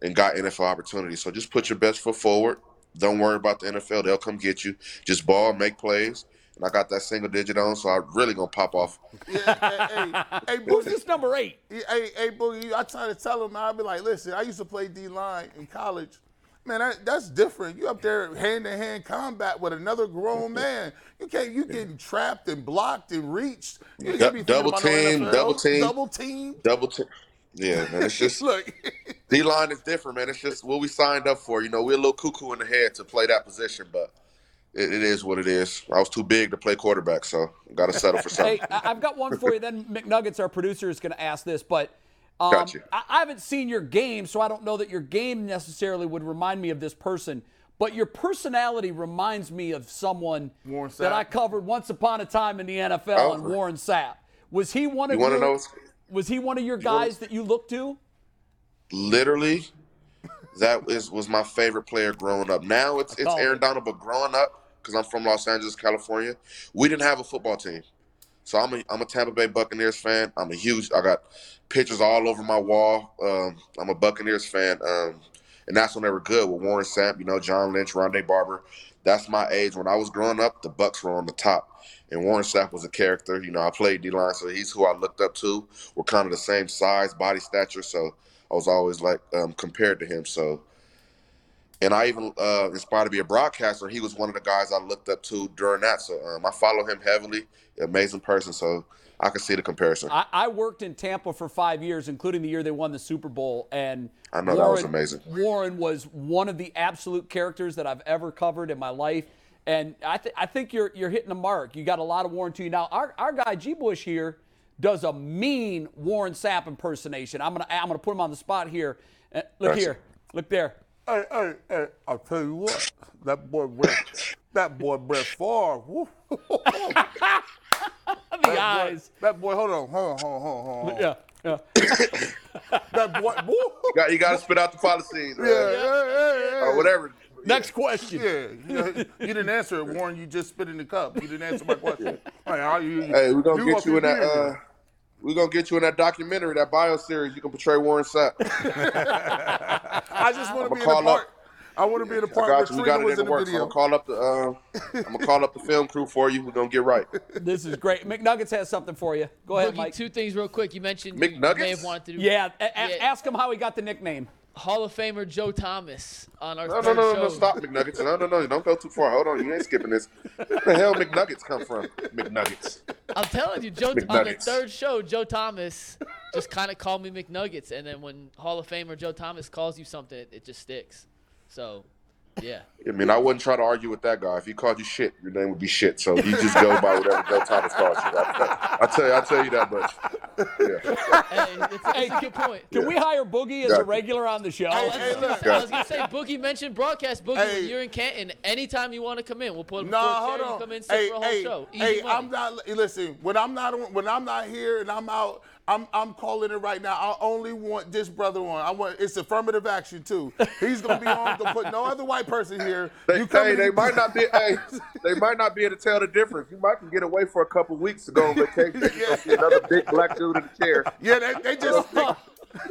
[SPEAKER 6] and got NFL opportunities. So just put your best foot forward. Don't worry about the NFL. They'll come get you. Just ball, make plays. And I got that single digit on, so I'm really gonna pop off.
[SPEAKER 3] uh, yeah, hey, hey, hey,
[SPEAKER 2] Who's
[SPEAKER 3] Boogie,
[SPEAKER 2] this number eight?
[SPEAKER 3] Yeah, Hey, hey, Boogie, I try to tell him, I'll be like, listen, I used to play D line in college. Man, that, that's different. You up there hand to hand combat with another grown man. You can't. You getting trapped and blocked and reached. You
[SPEAKER 6] Du-
[SPEAKER 3] can't be thinking
[SPEAKER 6] double
[SPEAKER 3] about no
[SPEAKER 6] team,
[SPEAKER 3] NFL.
[SPEAKER 6] double team.
[SPEAKER 3] double team.
[SPEAKER 6] Double t- yeah, man. It's just
[SPEAKER 3] Look,
[SPEAKER 6] D line is different, man. It's just what we signed up for. You know, we're a little cuckoo in the head to play that position, but it, it is what it is. I was too big to play quarterback, so got to settle for something.
[SPEAKER 2] Hey, I- I've got one for you. Then McNuggets, our producer, is going to ask this, but um,
[SPEAKER 6] Gotcha.
[SPEAKER 2] I-, I haven't seen your game, so I don't know that your game necessarily would remind me of this person. But your personality reminds me of someone
[SPEAKER 3] Warren
[SPEAKER 2] that
[SPEAKER 3] Sapp.
[SPEAKER 2] I covered once upon a time in the NFL,
[SPEAKER 6] Oh.
[SPEAKER 2] and Warren Sapp. Was he one of
[SPEAKER 6] You wanna
[SPEAKER 2] your,
[SPEAKER 6] know what's-
[SPEAKER 2] Was he one of your guys that you looked to?
[SPEAKER 6] Literally, that is was my favorite player growing up. Now it's it's
[SPEAKER 2] called
[SPEAKER 6] Aaron
[SPEAKER 2] it.
[SPEAKER 6] Donald, but growing up, because I'm from Los Angeles, California, we didn't have a football team. So I'm a I'm a Tampa Bay Buccaneers fan. I'm a huge. I got pictures all over my wall. Um, I'm a Buccaneers fan, um, and that's when they were good with Warren Sapp, you know, John Lynch, Rondé Barber. That's my age. When I was growing up, the Bucks were on the top, and Warren Sapp was a character. You know, I played D line, so he's who I looked up to. We're kind of the same size, body stature, so I was always like um, compared to him. So and I even uh, inspired to be a broadcaster. He was one of the guys I looked up to during that. So um, I follow him heavily. Amazing person. So I can see the comparison.
[SPEAKER 2] I, I worked in Tampa for five years, including the year they won the Super Bowl, and
[SPEAKER 6] I know that was amazing.
[SPEAKER 2] Warren was one of the absolute characters that I've ever covered in my life, and I, th- I think you're you're hitting the mark. You got a lot of Warren to you now. Our our guy G Bush here does a mean Warren Sapp impersonation. I'm gonna I'm gonna put him on the spot here. Uh, look
[SPEAKER 6] Gotcha.
[SPEAKER 2] here, look there.
[SPEAKER 3] hey, hey, hey, I'll tell you what. That boy Brett. that boy Brett Favre. woo.
[SPEAKER 2] The eyes.
[SPEAKER 3] That boy. Hold on. Hold on. Hold on. Hold on.
[SPEAKER 2] Yeah. Yeah.
[SPEAKER 3] That boy. woo.
[SPEAKER 6] You got, you got to spit out the policies
[SPEAKER 3] Yeah.
[SPEAKER 6] man,
[SPEAKER 3] yeah, yeah, yeah.
[SPEAKER 6] or whatever.
[SPEAKER 2] Next question.
[SPEAKER 3] Yeah, yeah. you didn't answer it, Warren. You just spit in the cup. You didn't answer my question. Hey, how you-
[SPEAKER 6] Hey, we're gonna
[SPEAKER 3] up
[SPEAKER 6] get you in that.
[SPEAKER 3] here.
[SPEAKER 6] Uh, we're gonna get you in that documentary, that bio series. You can portray Warren Sapp.
[SPEAKER 3] I just want to be in the
[SPEAKER 6] uh, call
[SPEAKER 3] part.
[SPEAKER 6] up-
[SPEAKER 3] I want to be in the
[SPEAKER 6] I
[SPEAKER 3] part where
[SPEAKER 6] got you. We got
[SPEAKER 3] Trina
[SPEAKER 6] it
[SPEAKER 3] was
[SPEAKER 6] in
[SPEAKER 3] in
[SPEAKER 6] the
[SPEAKER 3] the
[SPEAKER 6] works. I'm
[SPEAKER 3] video.
[SPEAKER 6] gonna call up the. Uh, I'm gonna call up the film crew for you. We're gonna get right.
[SPEAKER 2] This is great. McNuggets has something for you. Go ahead,
[SPEAKER 1] Boogie,
[SPEAKER 2] Mike.
[SPEAKER 1] two things real quick. You mentioned you may
[SPEAKER 6] McNuggets?
[SPEAKER 1] have wanted to do
[SPEAKER 2] yeah, a- a-
[SPEAKER 1] Yeah.
[SPEAKER 2] ask him how he got the nickname.
[SPEAKER 1] Hall of Famer Joe Thomas on our
[SPEAKER 6] No, no,
[SPEAKER 1] third
[SPEAKER 6] no, no,
[SPEAKER 1] show.
[SPEAKER 6] no. Stop, McNuggets. No, no, no. Don't go too far. Hold on. You ain't skipping this. Where the hell McNuggets come from? McNuggets.
[SPEAKER 1] I'm telling you, Joe on the
[SPEAKER 6] McNuggets.
[SPEAKER 1] third show, Joe Thomas just kind of called me McNuggets, and then when Hall of Famer Joe Thomas calls you something, it, it just sticks. So, yeah,
[SPEAKER 6] I mean, I wouldn't try to argue with that guy. If he called you shit, your name would be shit. So you just go by whatever Bill Thomas calls you. I, I tell you, I tell you that much. Yeah.
[SPEAKER 1] hey, it's, it's a good point.
[SPEAKER 2] Can we hire Boogie as
[SPEAKER 6] Yeah.
[SPEAKER 2] a regular on the show?
[SPEAKER 1] I was, just gonna say, I was gonna say, Boogie mentioned broadcast. Boogie,
[SPEAKER 3] Hey.
[SPEAKER 1] when you're in Canton, anytime you want to come in, we'll put we'll
[SPEAKER 3] No, hold
[SPEAKER 1] chair you
[SPEAKER 3] on.
[SPEAKER 1] Come in, sit
[SPEAKER 3] hey,
[SPEAKER 1] for a whole
[SPEAKER 3] hey,
[SPEAKER 1] show. Easy
[SPEAKER 3] hey,
[SPEAKER 1] money.
[SPEAKER 3] I'm not. Listen, when I'm not on, when I'm not here and I'm out, I'm I'm calling it right now. I only want this brother on. I want it's affirmative action too. He's gonna be on to put no other white person here.
[SPEAKER 6] They,
[SPEAKER 3] you come
[SPEAKER 6] hey,
[SPEAKER 3] in-
[SPEAKER 6] they might not be. hey, they might not be able to tell the difference. You might can get away for a couple weeks to go on vacation. You gonna see another big black dude in the chair.
[SPEAKER 3] Yeah, they, they just they,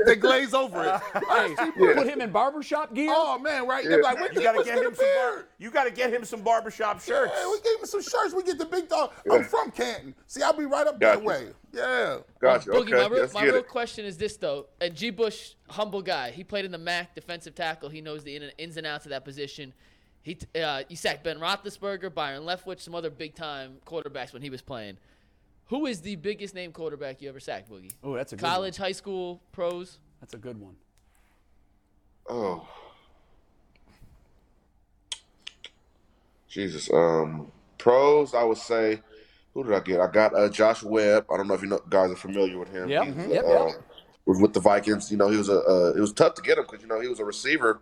[SPEAKER 3] they glaze over it.
[SPEAKER 2] Put him in barbershop gear.
[SPEAKER 3] Oh man, right? They're like, what
[SPEAKER 4] You gotta
[SPEAKER 3] what's
[SPEAKER 4] get
[SPEAKER 3] the
[SPEAKER 4] him some
[SPEAKER 3] beard?
[SPEAKER 4] bar- you gotta get him some barbershop shirts.
[SPEAKER 3] Yeah, we gave him some shirts. We get the big dog.
[SPEAKER 6] Yeah.
[SPEAKER 3] I'm from Canton. See, I'll be right up
[SPEAKER 6] Got
[SPEAKER 3] that
[SPEAKER 6] you.
[SPEAKER 3] way. Yeah.
[SPEAKER 6] Gotcha.
[SPEAKER 1] Boogie,
[SPEAKER 6] Okay,
[SPEAKER 1] my real,
[SPEAKER 6] let's
[SPEAKER 1] my
[SPEAKER 6] get
[SPEAKER 1] real
[SPEAKER 6] it.
[SPEAKER 1] question is this though. And G. Bush, humble guy. He played in the MAC, defensive tackle. He knows the in- ins and outs of that position. He t- uh, you sacked Ben Roethlisberger, Byron Leftwich, some other big time quarterbacks when he was playing. Who is the biggest name quarterback you ever sacked, Boogie?
[SPEAKER 2] Oh, that's a good
[SPEAKER 1] College, high school, pros.
[SPEAKER 2] One. That's a good one.
[SPEAKER 6] Oh. Jesus. Um, pros, I would say. Who did I get? I got uh, Josh Webb. I don't know if you know, guys are familiar with him.
[SPEAKER 2] Yep,
[SPEAKER 6] He's,
[SPEAKER 2] mhm, yep,
[SPEAKER 6] uh,
[SPEAKER 2] yep.
[SPEAKER 6] Was with the Vikings. You know, he was a. Uh, it was tough to get him because you know he was a receiver.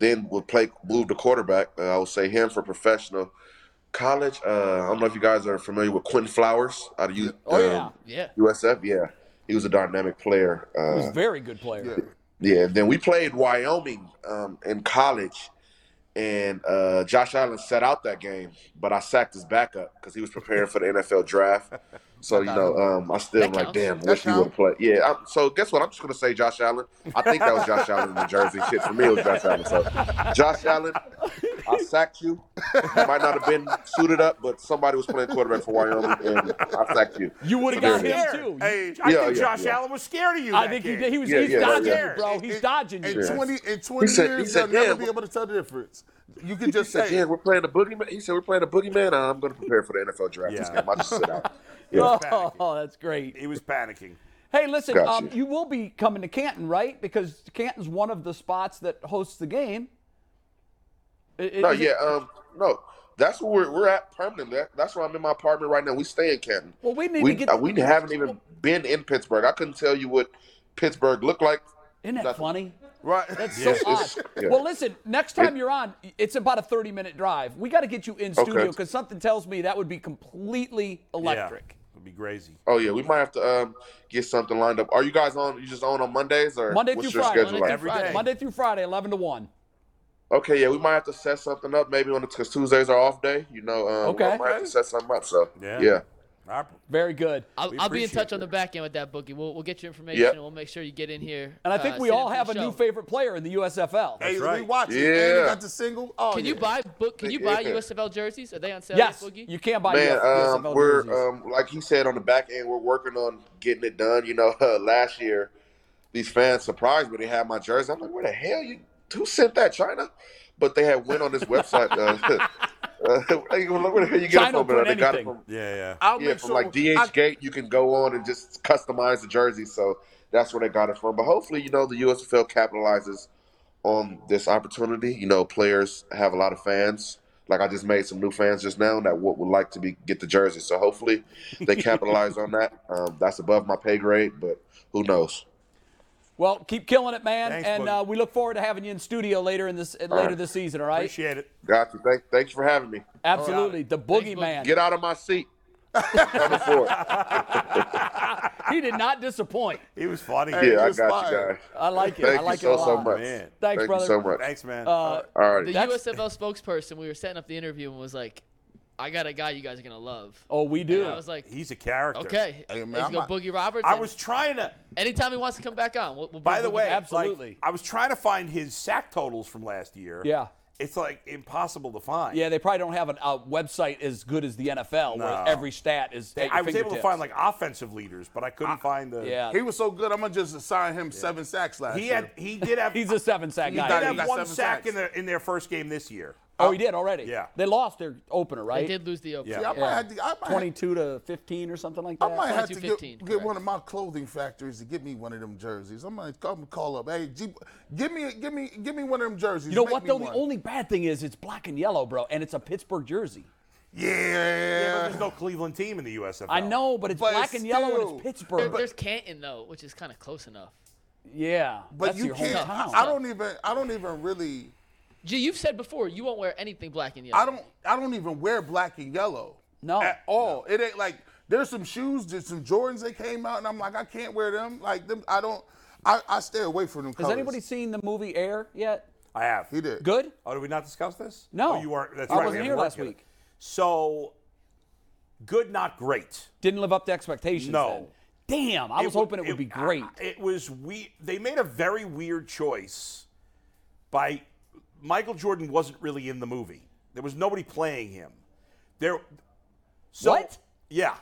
[SPEAKER 6] Then would play moved to quarterback. Uh, I would say him for professional. College. Uh, I don't know if you guys are familiar with Quentin Flowers out of U-
[SPEAKER 2] Oh, yeah.
[SPEAKER 6] um,
[SPEAKER 1] Yeah.
[SPEAKER 6] USF. Yeah, he was a dynamic player. Uh,
[SPEAKER 2] He was a very good player.
[SPEAKER 6] yeah, and then we played Wyoming um, in college, and uh, Josh Allen set out that game, but I sacked his backup because he was preparing for the NFL draft. So you know, um, I still
[SPEAKER 1] That
[SPEAKER 6] like,
[SPEAKER 1] counts.
[SPEAKER 6] damn,
[SPEAKER 3] That
[SPEAKER 6] wish he would have
[SPEAKER 3] counts.
[SPEAKER 6] played. Yeah. I'm, so guess what? I'm just gonna say Josh Allen. I think that was Josh Allen in New Jersey. Shit, for me it was Josh Allen. So Josh Allen, I sacked you. You might not have been suited up, but somebody was playing quarterback for Wyoming, and I sacked you.
[SPEAKER 2] You would have
[SPEAKER 6] So
[SPEAKER 2] got
[SPEAKER 6] there it
[SPEAKER 2] him
[SPEAKER 6] is.
[SPEAKER 2] too.
[SPEAKER 4] Hey, I
[SPEAKER 6] Yeah,
[SPEAKER 4] think
[SPEAKER 6] yeah,
[SPEAKER 4] Josh
[SPEAKER 6] yeah.
[SPEAKER 4] Allen was scared of you.
[SPEAKER 2] I
[SPEAKER 4] that
[SPEAKER 2] think he
[SPEAKER 4] game.
[SPEAKER 2] did. He was
[SPEAKER 6] Yeah,
[SPEAKER 2] he's
[SPEAKER 6] yeah,
[SPEAKER 2] dodging
[SPEAKER 4] yeah.
[SPEAKER 2] you, bro. He's
[SPEAKER 3] In-
[SPEAKER 2] dodging
[SPEAKER 3] in
[SPEAKER 2] you.
[SPEAKER 3] twenty in twenty
[SPEAKER 6] said- he
[SPEAKER 3] years,
[SPEAKER 6] said,
[SPEAKER 3] they'll
[SPEAKER 6] "Yeah,
[SPEAKER 3] never be
[SPEAKER 6] well-
[SPEAKER 3] able to tell the difference. You can just
[SPEAKER 6] said,
[SPEAKER 3] say,
[SPEAKER 6] "Yeah, we're playing the boogeyman." He said, "We're playing the boogeyman." Uh, I'm going to prepare for the NFL draft this
[SPEAKER 4] Yeah.
[SPEAKER 6] game. I just sit out.
[SPEAKER 2] Oh, that's great.
[SPEAKER 4] He was panicking.
[SPEAKER 2] Hey, listen,
[SPEAKER 6] Gotcha.
[SPEAKER 2] um, you will be coming to Canton, right? Because Canton's one of the spots that hosts the game. I- I-
[SPEAKER 6] No,
[SPEAKER 2] is it-
[SPEAKER 6] yeah, um, no. That's where we're, we're at permanently. That- That's where I'm in my apartment right now. We stay in Canton.
[SPEAKER 2] Well, we need
[SPEAKER 6] we,
[SPEAKER 2] to get.
[SPEAKER 6] uh, we haven't even been in Pittsburgh. I couldn't tell you what Pittsburgh looked like.
[SPEAKER 2] Isn't that
[SPEAKER 6] nothing.
[SPEAKER 2] funny?
[SPEAKER 3] right.
[SPEAKER 2] That's
[SPEAKER 6] Yes,
[SPEAKER 2] so odd.
[SPEAKER 6] it's- yeah.
[SPEAKER 2] Well, listen, next time you're on, it's about a 30 minute drive. We got to get you in studio because something tells me that would be completely electric.
[SPEAKER 4] Yeah. It'd be crazy.
[SPEAKER 6] Oh yeah, we might have to um, get something lined up. Are you guys on? You just on on Mondays or
[SPEAKER 2] Monday
[SPEAKER 6] what's
[SPEAKER 2] through
[SPEAKER 6] your
[SPEAKER 2] Friday.
[SPEAKER 6] schedule
[SPEAKER 1] Monday
[SPEAKER 6] like?
[SPEAKER 1] through Friday.
[SPEAKER 2] Monday through Friday, 11 to 1.
[SPEAKER 6] Okay, yeah, we might have to set something up. Maybe on because Tuesdays are off day. You know, um,
[SPEAKER 2] Okay.
[SPEAKER 6] we might have to set something up. So
[SPEAKER 4] Yeah.
[SPEAKER 6] yeah.
[SPEAKER 4] I-
[SPEAKER 2] Very good.
[SPEAKER 1] I'll,
[SPEAKER 4] We
[SPEAKER 1] I'll be in touch
[SPEAKER 4] appreciate
[SPEAKER 1] on the back end with that, Boogie. We'll, we'll get your information.
[SPEAKER 6] Yep.
[SPEAKER 1] and We'll make sure you get in here.
[SPEAKER 2] And I
[SPEAKER 1] uh,
[SPEAKER 2] think we
[SPEAKER 1] sit in
[SPEAKER 2] all
[SPEAKER 1] for the
[SPEAKER 2] have a new
[SPEAKER 1] show.
[SPEAKER 2] favorite player in the USFL.
[SPEAKER 3] Hey,
[SPEAKER 4] right.
[SPEAKER 3] we watch it.
[SPEAKER 6] Yeah.
[SPEAKER 3] And he got the single. Oh,
[SPEAKER 1] Can you
[SPEAKER 3] yeah.
[SPEAKER 1] buy book? Can you buy
[SPEAKER 6] Yeah.
[SPEAKER 1] USFL jerseys? Are they on sale? yet,
[SPEAKER 2] Yes,
[SPEAKER 1] Boogie?
[SPEAKER 2] you can buy
[SPEAKER 6] Man,
[SPEAKER 2] USFL
[SPEAKER 6] um, we're
[SPEAKER 2] jerseys.
[SPEAKER 6] um, like he said on the back end, we're working on getting it done. You know, uh, last year these fans surprised me. They had my jersey. I'm like, where the hell you? Who sent that, China? But they had went on this website. Uh, uh, they go, "Look, where the hell you get
[SPEAKER 2] China
[SPEAKER 6] it from?
[SPEAKER 2] print
[SPEAKER 6] And They got it
[SPEAKER 2] anything.
[SPEAKER 6] from
[SPEAKER 4] Yeah, yeah.
[SPEAKER 3] I'll
[SPEAKER 6] yeah,
[SPEAKER 3] make
[SPEAKER 6] from
[SPEAKER 3] sure
[SPEAKER 6] like DH
[SPEAKER 3] I-
[SPEAKER 6] Gate. You can go on and just customize the jersey. So that's where they got it from. But hopefully, you know, the USFL capitalizes on this opportunity. You know, players have a lot of fans. Like I just made some new fans just now that would, would like to be get the jersey. So hopefully, they capitalize on that. Um, that's above my pay grade, but who knows?
[SPEAKER 2] well, keep killing it, man.
[SPEAKER 4] Thanks,
[SPEAKER 2] and
[SPEAKER 4] Boogie.
[SPEAKER 2] uh, we look forward to having you in studio later in this later
[SPEAKER 6] right.
[SPEAKER 2] this season, all right?
[SPEAKER 4] Appreciate it.
[SPEAKER 6] Got you. Thank, thanks for having me.
[SPEAKER 2] Absolutely. The
[SPEAKER 1] Boogie.
[SPEAKER 2] boogeyman.
[SPEAKER 6] Get out of my seat. Number four. Yeah,
[SPEAKER 2] he did not disappoint.
[SPEAKER 4] He was funny.
[SPEAKER 6] I
[SPEAKER 3] was
[SPEAKER 6] got you
[SPEAKER 3] fire.
[SPEAKER 6] guys.
[SPEAKER 2] I like it.
[SPEAKER 6] Thank
[SPEAKER 2] I like
[SPEAKER 6] you
[SPEAKER 2] it
[SPEAKER 6] so
[SPEAKER 2] a lot.
[SPEAKER 6] so much.
[SPEAKER 4] Man.
[SPEAKER 2] Thanks,
[SPEAKER 6] Thank
[SPEAKER 2] brother.
[SPEAKER 6] you so much.
[SPEAKER 4] Thanks, man.
[SPEAKER 2] Uh,
[SPEAKER 6] All right.
[SPEAKER 1] The
[SPEAKER 2] That's-
[SPEAKER 1] USFL spokesperson, we were setting up the interview and was like, I got a guy you guys are gonna love.
[SPEAKER 2] Oh, we do.
[SPEAKER 1] And I was like,
[SPEAKER 4] He's a character.
[SPEAKER 1] okay,
[SPEAKER 3] Hey, man,
[SPEAKER 1] let's
[SPEAKER 3] I'm
[SPEAKER 1] go
[SPEAKER 3] not-
[SPEAKER 1] Boogie Roberts.
[SPEAKER 4] I
[SPEAKER 1] and
[SPEAKER 4] was trying to.
[SPEAKER 1] anytime he wants to come back on. We'll, we'll
[SPEAKER 4] By
[SPEAKER 1] bring
[SPEAKER 4] the
[SPEAKER 1] Boogie
[SPEAKER 4] way,
[SPEAKER 1] back.
[SPEAKER 2] Absolutely.
[SPEAKER 4] like, I was trying to find his sack totals from last year.
[SPEAKER 2] Yeah.
[SPEAKER 4] It's like impossible to find.
[SPEAKER 2] Yeah, they probably don't have an- a website as good as the NFL
[SPEAKER 4] No.
[SPEAKER 2] where every stat is. at your
[SPEAKER 4] I was able to
[SPEAKER 2] fingertips.
[SPEAKER 4] find like offensive leaders, but I couldn't find the.
[SPEAKER 2] Yeah.
[SPEAKER 3] He was so good. I'm gonna just assign him seven sacks last
[SPEAKER 4] He
[SPEAKER 3] year.
[SPEAKER 4] had. He did have.
[SPEAKER 2] He's a seven sack
[SPEAKER 4] He
[SPEAKER 2] guy.
[SPEAKER 4] did
[SPEAKER 3] he
[SPEAKER 4] have
[SPEAKER 3] got
[SPEAKER 4] one
[SPEAKER 3] seven
[SPEAKER 4] sack
[SPEAKER 3] sacks.
[SPEAKER 4] in their in their first game this year.
[SPEAKER 2] oh, he did already.
[SPEAKER 4] Yeah.
[SPEAKER 2] They lost their opener, right?
[SPEAKER 1] They did lose the open.
[SPEAKER 4] Yeah.
[SPEAKER 3] Yeah, I might
[SPEAKER 2] Yeah.
[SPEAKER 3] have to, I might,
[SPEAKER 2] 22 to 15 or something like that.
[SPEAKER 3] I might have to
[SPEAKER 1] 22-15,
[SPEAKER 3] get, get
[SPEAKER 1] correct.
[SPEAKER 3] one of my clothing factories to get me one of them jerseys. I'm gonna call, call up. Hey, G, give me, give me, give me one of them jerseys.
[SPEAKER 2] you know
[SPEAKER 3] Make
[SPEAKER 2] what
[SPEAKER 3] me
[SPEAKER 2] though? The
[SPEAKER 3] one.
[SPEAKER 2] only bad thing is it's black and yellow, bro, and it's a Pittsburgh jersey.
[SPEAKER 4] Yeah, but
[SPEAKER 3] yeah.
[SPEAKER 4] there's no Cleveland team in the USFL.
[SPEAKER 2] I know, but it's
[SPEAKER 3] But
[SPEAKER 2] black and yellow and
[SPEAKER 3] still-
[SPEAKER 2] it's
[SPEAKER 1] There-
[SPEAKER 2] Pittsburgh.
[SPEAKER 1] there's Canton though, which is kind of close enough.
[SPEAKER 2] yeah,
[SPEAKER 3] but
[SPEAKER 2] that's
[SPEAKER 3] you
[SPEAKER 2] your
[SPEAKER 3] can't.
[SPEAKER 2] hometown.
[SPEAKER 3] I don't even. I don't even really.
[SPEAKER 1] Gee, you've said before you won't wear anything black and yellow.
[SPEAKER 3] I don't. I don't even wear black and yellow
[SPEAKER 2] No.
[SPEAKER 3] at all. It ain't like there's some shoes, there's some Jordans that came out, and I'm like, I can't wear them. Like them, I don't. I, I stay away from them.
[SPEAKER 2] Has
[SPEAKER 3] colors.
[SPEAKER 2] anybody seen the movie Air yet?
[SPEAKER 4] I have.
[SPEAKER 3] He did.
[SPEAKER 2] Good.
[SPEAKER 4] Oh, did we not discuss this?
[SPEAKER 2] No.
[SPEAKER 4] Oh, you weren't. That's
[SPEAKER 2] I
[SPEAKER 4] right. we
[SPEAKER 2] wasn't
[SPEAKER 4] had
[SPEAKER 2] here
[SPEAKER 4] work
[SPEAKER 2] last
[SPEAKER 4] together.
[SPEAKER 2] week.
[SPEAKER 4] So, good, not great.
[SPEAKER 2] Didn't live up to expectations.
[SPEAKER 4] No.
[SPEAKER 2] Then. Damn, I was
[SPEAKER 4] w-
[SPEAKER 2] hoping it would be great.
[SPEAKER 4] I- It was we. They made a very weird choice by Michael Jordan wasn't really in the movie. There was nobody playing him. There. So,
[SPEAKER 2] What?
[SPEAKER 4] Yeah.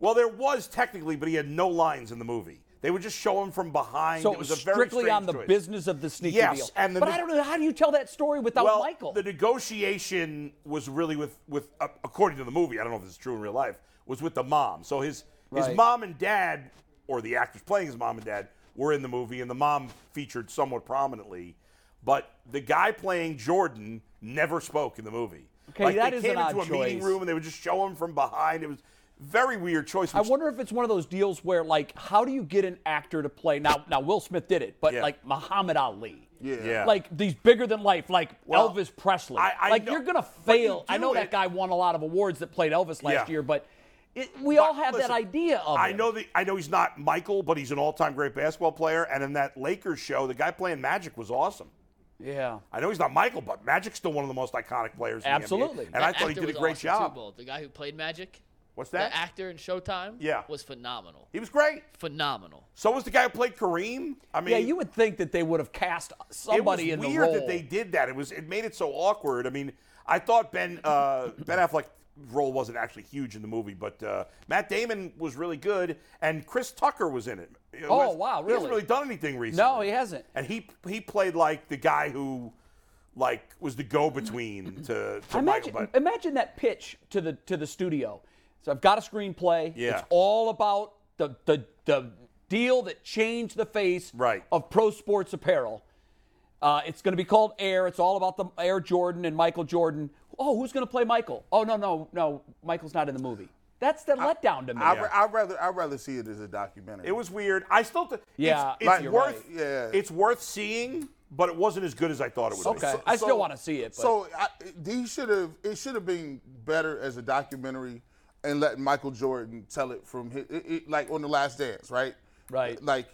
[SPEAKER 4] Well, there was technically, but he had no lines in the movie. They would just show him from behind.
[SPEAKER 2] so
[SPEAKER 4] it was a very
[SPEAKER 2] strictly on the
[SPEAKER 4] strange choice.
[SPEAKER 2] business of the sneaker
[SPEAKER 4] Yes,
[SPEAKER 2] deal.
[SPEAKER 4] and the
[SPEAKER 2] but
[SPEAKER 4] ne-
[SPEAKER 2] I don't know how do you tell that story without
[SPEAKER 4] well,
[SPEAKER 2] Michael?
[SPEAKER 4] The negotiation was really with with uh, according to the movie. I don't know if this is true in real life. Was with the mom. So his
[SPEAKER 2] Right.
[SPEAKER 4] his mom and dad, or the actors playing his mom and dad, were in the movie, and the mom featured somewhat prominently. But the guy playing Jordan never spoke in the movie.
[SPEAKER 2] Okay,
[SPEAKER 4] like,
[SPEAKER 2] that
[SPEAKER 4] they
[SPEAKER 2] is
[SPEAKER 4] came
[SPEAKER 2] an
[SPEAKER 4] into a
[SPEAKER 2] odd
[SPEAKER 4] meeting
[SPEAKER 2] choice.
[SPEAKER 4] room and they would just show him from behind. It was very weird choice.
[SPEAKER 2] I
[SPEAKER 4] which-
[SPEAKER 2] wonder if it's one of those deals where, like, how do you get an actor to play? Now, now Will Smith did it, but
[SPEAKER 4] Yeah.
[SPEAKER 2] like Muhammad Ali,
[SPEAKER 4] Yeah.
[SPEAKER 2] like these bigger than life, like
[SPEAKER 4] Well,
[SPEAKER 2] Elvis Presley.
[SPEAKER 4] I- I
[SPEAKER 2] like
[SPEAKER 4] know-
[SPEAKER 2] you're gonna
[SPEAKER 4] but you
[SPEAKER 2] fail. I
[SPEAKER 4] do
[SPEAKER 2] know that
[SPEAKER 4] it-
[SPEAKER 2] guy won a lot of awards that played Elvis last
[SPEAKER 4] Yeah.
[SPEAKER 2] year, but it, we all
[SPEAKER 4] But
[SPEAKER 2] have
[SPEAKER 4] listen,
[SPEAKER 2] that idea of.
[SPEAKER 4] I
[SPEAKER 2] him.
[SPEAKER 4] know that I know he's not Michael, but he's an all-time great basketball player. And in that Lakers show, the guy playing Magic was awesome.
[SPEAKER 2] Yeah.
[SPEAKER 4] I know he's not Michael, but Magic's still one of the most iconic players. in the NBA.
[SPEAKER 2] Absolutely.
[SPEAKER 4] and I thought he
[SPEAKER 1] actor
[SPEAKER 4] did a
[SPEAKER 1] was
[SPEAKER 4] great
[SPEAKER 1] awesome, too,
[SPEAKER 4] job.
[SPEAKER 1] Bolt. The guy who played Magic,
[SPEAKER 4] What's
[SPEAKER 1] the
[SPEAKER 4] that?
[SPEAKER 1] actor in Showtime,
[SPEAKER 4] Yeah.
[SPEAKER 1] was phenomenal.
[SPEAKER 4] He was great.
[SPEAKER 1] Phenomenal.
[SPEAKER 4] So was the guy who played Kareem. I mean,
[SPEAKER 2] Yeah, you would think that they would have cast
[SPEAKER 4] it was
[SPEAKER 2] somebody in the
[SPEAKER 4] weird
[SPEAKER 2] role.
[SPEAKER 4] that they did that. It was it made it so awkward. I mean, I thought Ben uh, Ben Affleck's role wasn't actually huge in the movie, but uh, Matt Damon was really good, and Chris Tucker was in it. It was-
[SPEAKER 2] Oh, wow,
[SPEAKER 4] He hasn't
[SPEAKER 2] really?
[SPEAKER 4] really done anything recently.
[SPEAKER 2] no, he hasn't.
[SPEAKER 4] And he he played like the guy who, like, was the go-between to, to
[SPEAKER 2] Imagine,
[SPEAKER 4] Michael. But
[SPEAKER 2] imagine that pitch to the to the studio. So I've got a screenplay.
[SPEAKER 4] Yeah.
[SPEAKER 2] It's all about the the the deal that changed the face
[SPEAKER 4] Right.
[SPEAKER 2] of pro sports apparel. Uh, it's going to be called Air. It's all about the Air Jordan and Michael Jordan. Oh, who's going to play Michael? Oh no no no, Michael's not in the movie. That's the letdown to me.
[SPEAKER 3] I, I rather I rather see it as a documentary.
[SPEAKER 4] It was weird. I still th-
[SPEAKER 2] Yeah,
[SPEAKER 4] it's, it's
[SPEAKER 2] Like- you're
[SPEAKER 4] worth
[SPEAKER 2] right.
[SPEAKER 3] Yeah.
[SPEAKER 4] it's worth seeing, but it wasn't as good as I thought it would be.
[SPEAKER 2] okay, I still want to see it. But.
[SPEAKER 3] So I, he should have. It should have been better as a documentary, and let Michael Jordan tell it from his, it, it- like on the Last Dance, right?
[SPEAKER 2] Right.
[SPEAKER 3] Like,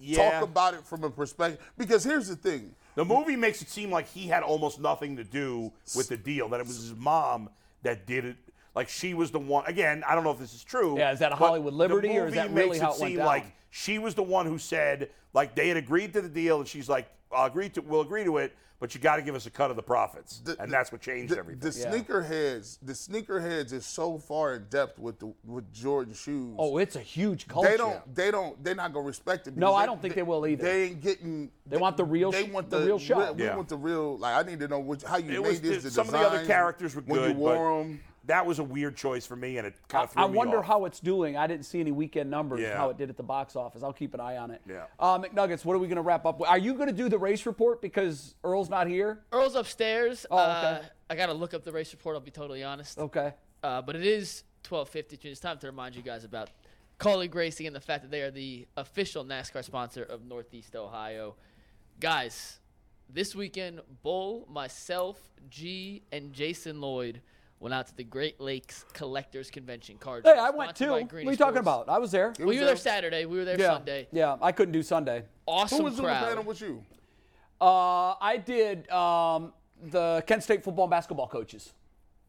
[SPEAKER 4] Yeah.
[SPEAKER 3] talk about it from a perspective. Because here's the thing.
[SPEAKER 4] The movie makes it seem like he had almost nothing to do with the deal. That it was his mom that did it. Like she was the one. Again, I don't know if this is true.
[SPEAKER 2] Yeah, is that a
[SPEAKER 4] but
[SPEAKER 2] Hollywood liberty,
[SPEAKER 4] the
[SPEAKER 2] or is
[SPEAKER 4] movie
[SPEAKER 2] that really
[SPEAKER 4] makes
[SPEAKER 2] how
[SPEAKER 4] it
[SPEAKER 2] it went
[SPEAKER 4] seem
[SPEAKER 2] down?
[SPEAKER 4] like she was the one who said like they had agreed to the deal, and she's like, "I'll agree to, we'll agree to it, but you got to give us a cut of the profits,"
[SPEAKER 3] The-
[SPEAKER 4] and
[SPEAKER 3] the-
[SPEAKER 4] that's what changed
[SPEAKER 3] the,
[SPEAKER 4] everything.
[SPEAKER 3] The sneakerheads, the sneakerheads is so far in depth with the with Jordan shoes.
[SPEAKER 2] oh, it's a huge culture.
[SPEAKER 3] they don't. They don't. They're not gonna respect it.
[SPEAKER 2] No,
[SPEAKER 3] because
[SPEAKER 2] I don't think they will either.
[SPEAKER 3] They ain't getting. They
[SPEAKER 2] want the real
[SPEAKER 3] They
[SPEAKER 2] sh-
[SPEAKER 3] want
[SPEAKER 2] the
[SPEAKER 3] the,
[SPEAKER 2] real show.
[SPEAKER 3] We
[SPEAKER 4] Yeah.
[SPEAKER 3] want the real. Like I need to know which, how you
[SPEAKER 4] It
[SPEAKER 3] made
[SPEAKER 4] was
[SPEAKER 3] this.
[SPEAKER 4] the-
[SPEAKER 3] the
[SPEAKER 4] some of the other
[SPEAKER 3] designs,
[SPEAKER 4] characters were
[SPEAKER 3] when
[SPEAKER 4] good,
[SPEAKER 3] you wore
[SPEAKER 4] but-
[SPEAKER 3] them.
[SPEAKER 4] that was a weird choice for me, and it kind
[SPEAKER 2] I,
[SPEAKER 4] of threw
[SPEAKER 2] I
[SPEAKER 4] me
[SPEAKER 2] wonder
[SPEAKER 4] off.
[SPEAKER 2] how it's doing. I didn't see any weekend numbers
[SPEAKER 4] Yeah.
[SPEAKER 2] how it did at the box office. I'll keep an eye on it.
[SPEAKER 4] Yeah.
[SPEAKER 2] Uh, McNuggets, what are we going to wrap up with? Are you going to do the race report because Earl's not here?
[SPEAKER 1] Earl's upstairs.
[SPEAKER 4] Oh,
[SPEAKER 2] okay.
[SPEAKER 1] Uh, I gotta look up the race report. I'll be totally honest.
[SPEAKER 2] Okay.
[SPEAKER 1] Uh, but it is 12:50. It's time to remind you guys about Collie Racing and the fact that they are the official NASCAR sponsor of Northeast Ohio. Guys, this weekend, Bull, myself, G, and Jason Lloyd went out to the Great Lakes Collectors Convention. Card
[SPEAKER 2] Hey,
[SPEAKER 1] Show,
[SPEAKER 2] I
[SPEAKER 1] sponsored
[SPEAKER 2] went too.
[SPEAKER 1] by
[SPEAKER 2] What are
[SPEAKER 1] Greeny
[SPEAKER 2] you talking
[SPEAKER 1] Sports.
[SPEAKER 2] about? I was there.
[SPEAKER 1] We were there Saturday. We were there
[SPEAKER 2] yeah.
[SPEAKER 1] Sunday.
[SPEAKER 2] Yeah, I couldn't do Sunday.
[SPEAKER 1] Awesome
[SPEAKER 3] Who was doing
[SPEAKER 1] crowd.
[SPEAKER 3] panel with you?
[SPEAKER 2] Uh, I did um, the Kent State football and basketball coaches.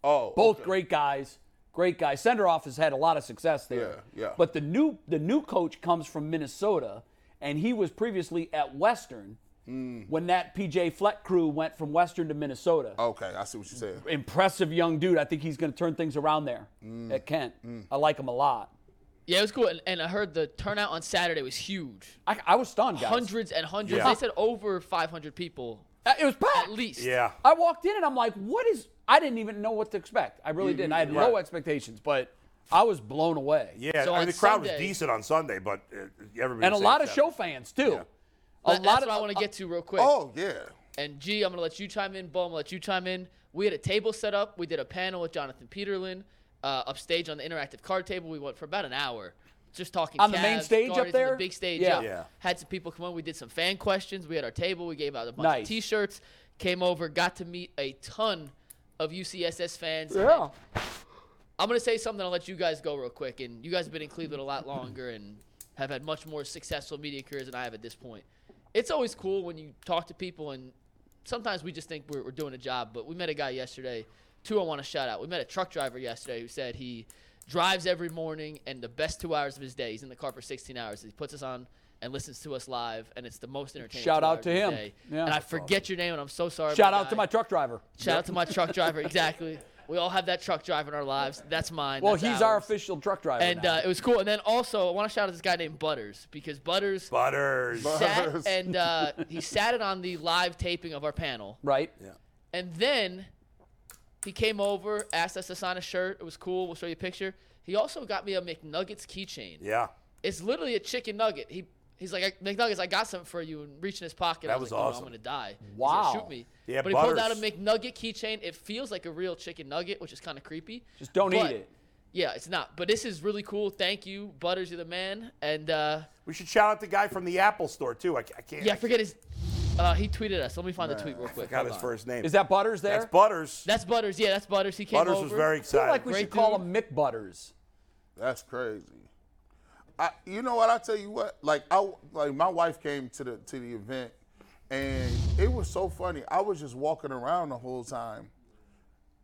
[SPEAKER 3] Oh,
[SPEAKER 2] both
[SPEAKER 3] okay.
[SPEAKER 2] great guys, great guys. Senderoff has had a lot of success there.
[SPEAKER 3] Yeah, yeah.
[SPEAKER 2] But the new the new coach comes from Minnesota, and he was previously at Western
[SPEAKER 1] Hmm.
[SPEAKER 2] when that PJ Fleck crew went from Western to Minnesota.
[SPEAKER 1] Oh.
[SPEAKER 3] Okay, I see what you're saying.
[SPEAKER 2] Impressive young dude. I think he's going to turn things around there
[SPEAKER 1] Hmm.
[SPEAKER 2] at Kent. I like him a lot.
[SPEAKER 1] Yeah, it was cool. And, and I heard the turnout on Saturday was huge.
[SPEAKER 2] I, I was stunned, guys.
[SPEAKER 1] Hundreds and hundreds.
[SPEAKER 4] Yeah.
[SPEAKER 1] They said over 500 people
[SPEAKER 2] Uh, It was packed.
[SPEAKER 1] at least.
[SPEAKER 4] Yeah.
[SPEAKER 2] I walked in and I'm like, what is? I didn't even know what to expect. I really didn't. I had low expspectations, but I was blown away.
[SPEAKER 4] Yeah,
[SPEAKER 1] So
[SPEAKER 4] I
[SPEAKER 1] on
[SPEAKER 4] mean, the crowd
[SPEAKER 1] Sunday-
[SPEAKER 4] was decent on Sunday, but uh, everybody.
[SPEAKER 2] and a
[SPEAKER 4] was
[SPEAKER 2] lot
[SPEAKER 4] saying
[SPEAKER 2] of
[SPEAKER 4] Saturday.
[SPEAKER 2] show fans too. A
[SPEAKER 1] That-
[SPEAKER 2] lot
[SPEAKER 1] That's
[SPEAKER 2] of
[SPEAKER 1] what I want to get to real quick.
[SPEAKER 3] Oh yeah.
[SPEAKER 1] And G, I'm gonna let you chime in. Bo, I'm gonna let you chime in. We had a table set up. We did a panel with Jonathan Peterlin uh, upstage on the interactive card table. We went for about an hour, just talking.
[SPEAKER 2] On the main
[SPEAKER 1] Cavs,
[SPEAKER 2] stage up
[SPEAKER 1] Guardians, on
[SPEAKER 2] there?
[SPEAKER 1] the big stage.
[SPEAKER 2] Yeah.
[SPEAKER 1] up.
[SPEAKER 4] Yeah.
[SPEAKER 1] Had some people come on. We did some fan questions. We had our table. We gave out a bunch
[SPEAKER 2] Nice.
[SPEAKER 1] of T-shirts. Came over. Got to meet a ton of UCSS fans.
[SPEAKER 2] Yeah.
[SPEAKER 1] I'm gonna say something. I'll let you guys go real quick. And you guys have been in Cleveland a lot longer and have had much more successful media careers than I have at this point. It's always cool when you talk to people, and sometimes we just think we're, we're doing a job. But we met a guy yesterday. Two, I want to shout out. We met a truck driver yesterday who said he drives every morning, and the best two hours of his day, he's in the car for 16 hours. He puts us on and listens to us live, and it's the most entertaining.
[SPEAKER 2] Shout
[SPEAKER 1] two
[SPEAKER 2] out
[SPEAKER 1] hours
[SPEAKER 2] to
[SPEAKER 1] of his
[SPEAKER 2] him.
[SPEAKER 1] day.
[SPEAKER 2] Yeah.
[SPEAKER 1] and I forget your name, and I'm so sorry.
[SPEAKER 2] shout
[SPEAKER 1] my
[SPEAKER 2] out to
[SPEAKER 1] guy.
[SPEAKER 2] my truck driver.
[SPEAKER 1] Shout out to my truck driver. Exactly. We all have that truck driver in our lives. That's mine.
[SPEAKER 2] Well,
[SPEAKER 1] That's
[SPEAKER 2] he's our
[SPEAKER 1] ours.
[SPEAKER 2] official truck driver.
[SPEAKER 1] And
[SPEAKER 2] now.
[SPEAKER 1] uh, it was cool. And then also, I want to shout out this guy named Butters because Butters
[SPEAKER 4] Butters.
[SPEAKER 1] sat
[SPEAKER 3] Butters.
[SPEAKER 1] and uh, he sat it on the live taping of our panel.
[SPEAKER 2] right?
[SPEAKER 1] And then he came over, asked us to sign a shirt. It was cool. We'll show you a picture. He also got me a McNuggets keychain.
[SPEAKER 4] Yeah,
[SPEAKER 1] It's literally a chicken nugget. He he's like "I- McNuggets, I got something for you, and reached in his pocket. I
[SPEAKER 4] That
[SPEAKER 1] was,
[SPEAKER 4] was
[SPEAKER 1] like, "Dude,
[SPEAKER 4] awesome.
[SPEAKER 1] I'm gonna die. He's gonna
[SPEAKER 2] Wow.
[SPEAKER 1] shoot me.
[SPEAKER 4] Yeah,
[SPEAKER 1] but he pulled out a
[SPEAKER 4] Butters.
[SPEAKER 1] McNugget keychain. It feels like a real chicken nugget, which is kind of creepy.
[SPEAKER 2] Just don't
[SPEAKER 1] But-
[SPEAKER 2] eat it.
[SPEAKER 1] Yeah, it's not. But this is really cool. Thank you, Butters. You're the man. And uh,
[SPEAKER 4] we should shout out the guy from the Apple Store too. I, ca- I can't.
[SPEAKER 1] yeah, I forget his. Uh, he tweeted us. Let me find the tweet real quick.
[SPEAKER 4] Got
[SPEAKER 1] Hold
[SPEAKER 4] his
[SPEAKER 1] on.
[SPEAKER 4] first name.
[SPEAKER 2] Is that Butters there?
[SPEAKER 4] That's Butters.
[SPEAKER 1] That's Butters. Yeah, that's Butters. He came
[SPEAKER 4] Butters
[SPEAKER 1] over.
[SPEAKER 4] was very
[SPEAKER 2] I feel
[SPEAKER 4] excited.
[SPEAKER 2] like we
[SPEAKER 1] Great
[SPEAKER 2] should call
[SPEAKER 1] dude.
[SPEAKER 2] him Mick Butters.
[SPEAKER 3] That's crazy. I, you know what? I tell you what. Like I, like my wife came to the to the event, and it was so funny. I was just walking around the whole time,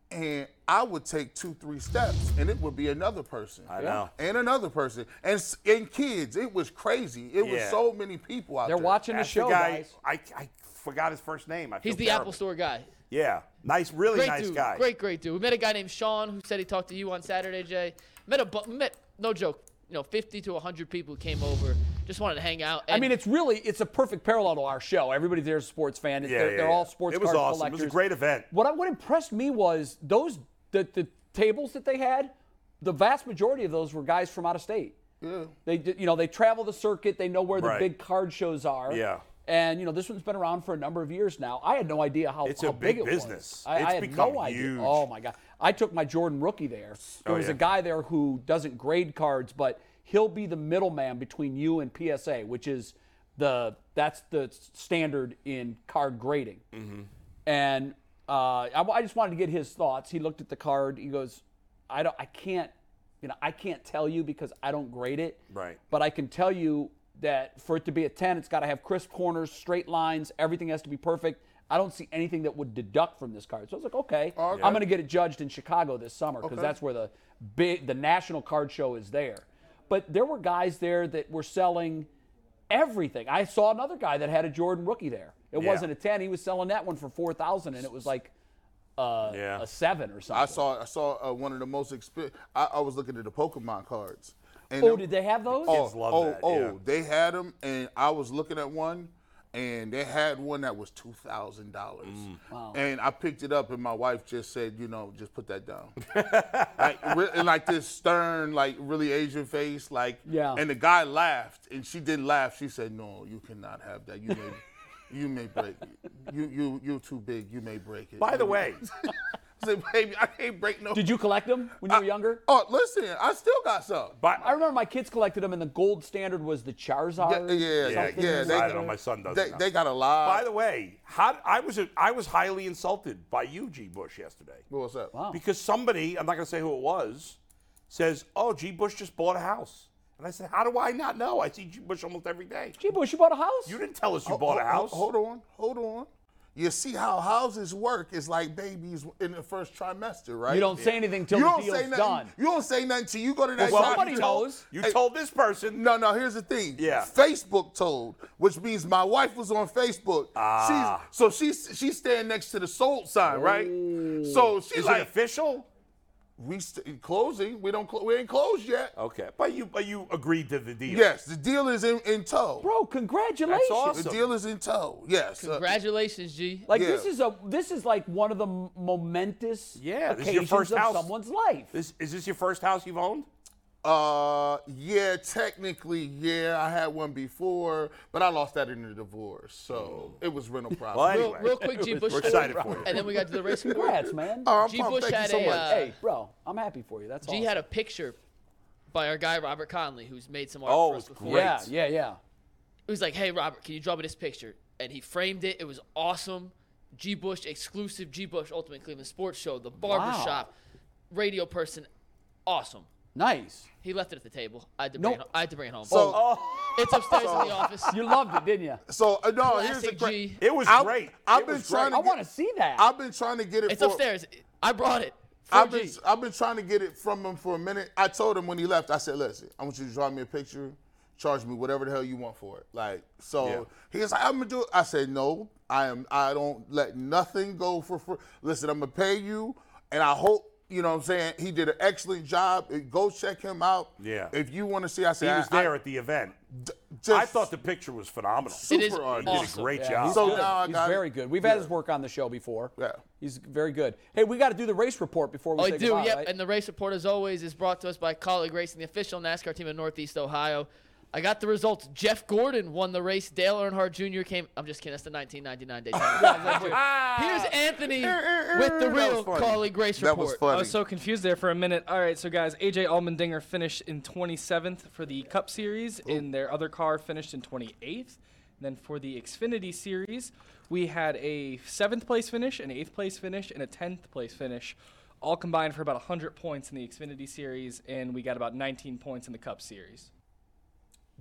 [SPEAKER 3] and I would take two, three steps, and it would be another person.
[SPEAKER 4] I know.
[SPEAKER 3] And another person, and s- and kids. It was crazy. It was
[SPEAKER 4] Yeah.
[SPEAKER 3] so many people out
[SPEAKER 2] They're
[SPEAKER 3] there.
[SPEAKER 2] watching
[SPEAKER 4] That's
[SPEAKER 2] the show,
[SPEAKER 4] the guy.
[SPEAKER 2] guys.
[SPEAKER 4] I, I forgot his first name. I feel
[SPEAKER 1] He's the
[SPEAKER 4] terrible.
[SPEAKER 1] Apple Store guy.
[SPEAKER 4] Yeah, nice, really
[SPEAKER 1] Great
[SPEAKER 4] nice
[SPEAKER 1] dude.
[SPEAKER 4] guy.
[SPEAKER 1] Great, great dude. We met a guy named Sean who said he talked to you on Saturday, Jay. Met a bu- met no joke. You know, 50 to 100 people who came over. Just wanted to hang out.
[SPEAKER 2] I mean, it's really it's a perfect parallel to our show. Everybody there's a sports fan.
[SPEAKER 4] Yeah,
[SPEAKER 2] they're
[SPEAKER 4] yeah,
[SPEAKER 2] they're
[SPEAKER 4] yeah.
[SPEAKER 2] all sports
[SPEAKER 4] It was
[SPEAKER 2] card
[SPEAKER 4] awesome. It
[SPEAKER 2] collectors.
[SPEAKER 4] was a great event.
[SPEAKER 2] What I, what impressed me was those the the tables that they had. The vast majority of those were guys from out of state. Yeah. They did- you know they travel the circuit. They know where the
[SPEAKER 4] Right.
[SPEAKER 2] big card shows are.
[SPEAKER 4] Yeah.
[SPEAKER 2] And you know this one's been around for a number of years now. I had no idea how,
[SPEAKER 4] It's
[SPEAKER 2] how
[SPEAKER 4] a big
[SPEAKER 2] it
[SPEAKER 4] business.
[SPEAKER 2] was. I,
[SPEAKER 4] It's
[SPEAKER 2] I had
[SPEAKER 4] become
[SPEAKER 2] no idea.
[SPEAKER 4] huge.
[SPEAKER 2] Oh my god! I took my Jordan rookie there. There
[SPEAKER 4] Oh,
[SPEAKER 2] was
[SPEAKER 4] yeah.
[SPEAKER 2] a guy there who doesn't grade cards, but he'll be the middleman between you and PSA, which is the that's the standard in card grading. And uh, I, I just wanted to get his thoughts. He looked at the card. He goes, "I don't. I can't. You know, I can't tell you because I don't grade it.
[SPEAKER 4] Right.
[SPEAKER 2] But I can tell you that for it to be a ten, it's got to have crisp corners, straight lines. Everything has to be perfect. I don't see anything that would deduct from this card. So I was like, okay, I'm going to get it judged in Chicago this summer because that's where the big, the national card show is there. But there were guys there that were selling everything. I saw another guy that had a Jordan rookie there. It
[SPEAKER 4] Yeah.
[SPEAKER 2] wasn't a ten. He was selling that one for four thousand, and it was like uh,
[SPEAKER 4] Yeah.
[SPEAKER 2] a seven or something.
[SPEAKER 3] I saw I saw uh, one of the most exp- I, I was looking at the Pokemon cards. And
[SPEAKER 2] Oh,
[SPEAKER 3] it-
[SPEAKER 2] did they have those?
[SPEAKER 3] Oh,
[SPEAKER 4] Kids love
[SPEAKER 3] oh,
[SPEAKER 4] that,
[SPEAKER 3] oh,
[SPEAKER 4] yeah.
[SPEAKER 3] they had them, and I was looking at one, and they had one that was two thousand dollars,
[SPEAKER 4] Mm.
[SPEAKER 3] and I picked it up, and my wife just said, you know, just put that down, like, re- and like this stern, like really Asian face, like,
[SPEAKER 2] Yeah.
[SPEAKER 3] And the guy laughed, and she didn't laugh. She said, no, you cannot have that. You may, you may break. You you you're too big. You may break it.
[SPEAKER 4] By the
[SPEAKER 3] You-
[SPEAKER 4] way,
[SPEAKER 3] I said, baby, I can't break no.
[SPEAKER 2] Did you collect them when you were younger?
[SPEAKER 3] Oh, listen, I still got some.
[SPEAKER 4] by,
[SPEAKER 2] I remember my kids collected them, and the gold standard was the Charizard.
[SPEAKER 3] Yeah, yeah,
[SPEAKER 2] something
[SPEAKER 3] yeah,
[SPEAKER 2] or
[SPEAKER 3] they-
[SPEAKER 4] I
[SPEAKER 2] other.
[SPEAKER 4] don't know. My son doesn't.
[SPEAKER 3] They,
[SPEAKER 4] know.
[SPEAKER 3] they got a lot.
[SPEAKER 4] By the way, how, I was I was highly insulted by you, G. Bush, yesterday
[SPEAKER 3] what's up?
[SPEAKER 4] because somebody I'm not going to say who it was says, "Oh, G. Bush just bought a house," and I said, "How do I not know? I see G. Bush almost every day.
[SPEAKER 2] Gee, Bush, you bought a house?
[SPEAKER 3] oh,
[SPEAKER 4] You didn't tell us you bought a
[SPEAKER 3] Ho- ho-
[SPEAKER 4] house.
[SPEAKER 3] Hold on, hold on. you see how houses work is like babies in the first trimester, right?
[SPEAKER 2] You don't say anything till
[SPEAKER 3] You
[SPEAKER 2] the
[SPEAKER 3] don't
[SPEAKER 2] deal's
[SPEAKER 3] say nothing.
[SPEAKER 2] done.
[SPEAKER 3] You don't say nothing till you go to that.
[SPEAKER 2] Well,
[SPEAKER 3] shop.
[SPEAKER 2] somebody
[SPEAKER 4] you told-
[SPEAKER 2] knows.
[SPEAKER 4] You
[SPEAKER 3] Hey.
[SPEAKER 4] told this person.
[SPEAKER 3] No, no. Here's the thing.
[SPEAKER 4] Yeah.
[SPEAKER 3] Facebook told, which means my wife was on Facebook. Ah. She's, so she's she's standing next to the soul
[SPEAKER 2] Oh.
[SPEAKER 3] sign, right? So she's
[SPEAKER 4] Is it
[SPEAKER 3] like,
[SPEAKER 4] official?
[SPEAKER 3] we st- closing. We don't. Cl- we ain't closed yet.
[SPEAKER 2] Oh,
[SPEAKER 4] Okay, but you but you agreed to the deal.
[SPEAKER 3] Yes, the deal is in, in tow.
[SPEAKER 2] Bro, congratulations.
[SPEAKER 4] awesome.
[SPEAKER 3] The deal is in tow. Yes. Uh,
[SPEAKER 1] Congratulations, G.
[SPEAKER 2] Like
[SPEAKER 3] Yeah.
[SPEAKER 2] this is a this is like one of the m- momentous
[SPEAKER 4] Yeah, this is your
[SPEAKER 2] occasions
[SPEAKER 4] first
[SPEAKER 2] of
[SPEAKER 4] house.
[SPEAKER 2] someone's life.
[SPEAKER 4] This, is this your first house you've owned?
[SPEAKER 3] Uh, yeah, technically, yeah, I had one before, but I lost that in a divorce, so it was rental property.
[SPEAKER 4] Mm. Well,
[SPEAKER 1] Real,
[SPEAKER 4] anyway.
[SPEAKER 1] real quick, G. Bush.
[SPEAKER 4] We're excited for you.
[SPEAKER 1] And then we got to the race.
[SPEAKER 2] Congrats, man.
[SPEAKER 3] Oh, I'm
[SPEAKER 1] G.
[SPEAKER 3] pumped.
[SPEAKER 1] Bush
[SPEAKER 3] Thank
[SPEAKER 1] had
[SPEAKER 3] you so
[SPEAKER 1] a,
[SPEAKER 3] much.
[SPEAKER 1] uh,
[SPEAKER 2] hey, bro, I'm happy for you. That's all.
[SPEAKER 1] G had a picture by our guy Robert Conley, who's made some art
[SPEAKER 4] Oh,
[SPEAKER 1] for
[SPEAKER 4] it
[SPEAKER 1] us
[SPEAKER 4] was
[SPEAKER 1] before.
[SPEAKER 4] great.
[SPEAKER 2] yeah, yeah, yeah.
[SPEAKER 1] It was like, "Hey, Robert, can you draw me this picture?" And he framed it. It was awesome. G. Bush exclusive. G. Bush Ultimate Cleveland Sports Show. The barbershop, shop, radio person, awesome.
[SPEAKER 2] Nice.
[SPEAKER 1] He left it at the table. I had to bring,
[SPEAKER 2] Nope.
[SPEAKER 1] it, I had to bring it home.
[SPEAKER 3] So,
[SPEAKER 1] it's upstairs in the office.
[SPEAKER 2] You loved it, didn't you?
[SPEAKER 3] so uh, no, here's the
[SPEAKER 1] Classic
[SPEAKER 3] cra-
[SPEAKER 1] G.
[SPEAKER 4] It was
[SPEAKER 3] I've-
[SPEAKER 4] great.
[SPEAKER 3] I've
[SPEAKER 4] It
[SPEAKER 3] been
[SPEAKER 4] was
[SPEAKER 3] trying
[SPEAKER 4] great.
[SPEAKER 2] I want to see that.
[SPEAKER 3] I've been trying to get it.
[SPEAKER 1] It's
[SPEAKER 3] for,
[SPEAKER 1] upstairs. I brought it.
[SPEAKER 3] I've
[SPEAKER 1] 4G.
[SPEAKER 3] been, I've been trying to get it from him for a minute. I told him when he left, I said, listen, I want you to draw me a picture, charge me whatever the hell you want for it. Like, so
[SPEAKER 4] Yeah.
[SPEAKER 3] he was like, I'm gonna do it. I said, no, I am I don't let nothing go for free. Listen, I'm gonna pay you and I hope you know what I'm saying? He did an excellent job. Go check him out.
[SPEAKER 4] Yeah.
[SPEAKER 3] If you want to see, I
[SPEAKER 4] He
[SPEAKER 3] said
[SPEAKER 4] was
[SPEAKER 3] I- I-
[SPEAKER 4] there at the event.
[SPEAKER 3] just
[SPEAKER 4] I thought the picture was phenomenal.
[SPEAKER 1] It is
[SPEAKER 3] super artist.
[SPEAKER 4] He did a
[SPEAKER 1] awesome.
[SPEAKER 4] great
[SPEAKER 1] Yeah,
[SPEAKER 4] job.
[SPEAKER 3] So
[SPEAKER 2] Good.
[SPEAKER 3] now I
[SPEAKER 2] He's
[SPEAKER 3] got it.
[SPEAKER 2] very good. We've had his work on the show before.
[SPEAKER 3] Yeah.
[SPEAKER 2] He's very good. Hey, we got to do the race report before we
[SPEAKER 1] Oh, I
[SPEAKER 2] say
[SPEAKER 1] do,
[SPEAKER 2] goodbye,
[SPEAKER 1] yep.
[SPEAKER 2] right?
[SPEAKER 1] And the race report, as always, is brought to us by Colleague Racing, the official NASCAR team of Northeast Ohio. I got the results. Jeff Gordon won the race. Dale Earnhardt Jr. came. I'm just kidding. That's the 1999 Daytona. Here's Anthony with the real Colleague Race
[SPEAKER 3] that
[SPEAKER 1] report.
[SPEAKER 3] was
[SPEAKER 7] I
[SPEAKER 4] uh,
[SPEAKER 3] funny.
[SPEAKER 7] was so confused there for a minute. All right, so guys, AJ Allmendinger finished in 27th for the Cup Series, and their other car finished in 28th. And then for the Xfinity Series, we had a seventh place finish, an eighth place finish, and a 10th place finish, all combined for about 100 points in the Xfinity Series, and we got about 19 points in the Cup Series.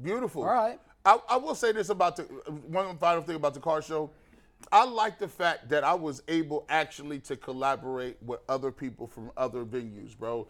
[SPEAKER 3] Beautiful.
[SPEAKER 2] All right.
[SPEAKER 3] I, I will say this about the one final thing about the car show. I like the fact that I was able actually to collaborate with other people from other venues, bro.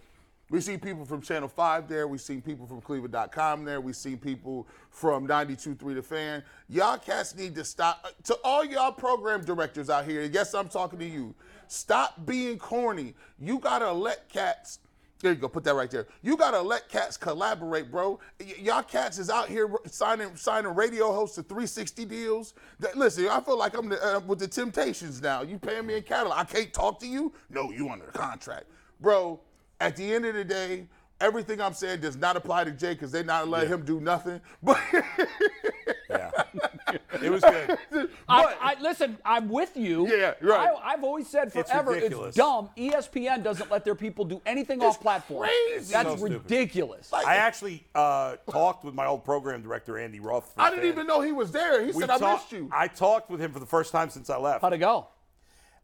[SPEAKER 3] We see people from Channel 5 there. We seen people from Cleveland.com there. We seen people from 92.3 The Fan. Y'all cats need to stop. To all y'all program directors out here, yes, I'm talking to you. Stop being corny. You got to let cats there you go. Put that right there. You gotta let cats collaborate, bro. Y- y'all cats is out here signing signing radio hosts to 360 deals. That, listen, I feel like I'm the, uh, with the Temptations now. You paying me in catalog. I can't talk to you. No, you under contract, bro. At the end of the day, everything I'm saying does not apply to Jay because they not let him do nothing. But
[SPEAKER 4] Yeah. it was good.
[SPEAKER 2] I, I, listen, I'm with you.
[SPEAKER 3] Yeah, right.
[SPEAKER 2] I, I've always said
[SPEAKER 4] It's
[SPEAKER 2] forever, it's,
[SPEAKER 4] ridiculous.
[SPEAKER 2] dumb. E ESPN doesn't let their people do anything off platform.
[SPEAKER 3] crazy.
[SPEAKER 2] That's
[SPEAKER 4] So stupid.
[SPEAKER 2] ridiculous.
[SPEAKER 4] I actually uh, talked with my old program director Andy Ruff.
[SPEAKER 3] I didn't even know he was there. He said I missed you.
[SPEAKER 4] I talked with him for the first time since I left.
[SPEAKER 2] How'd it go?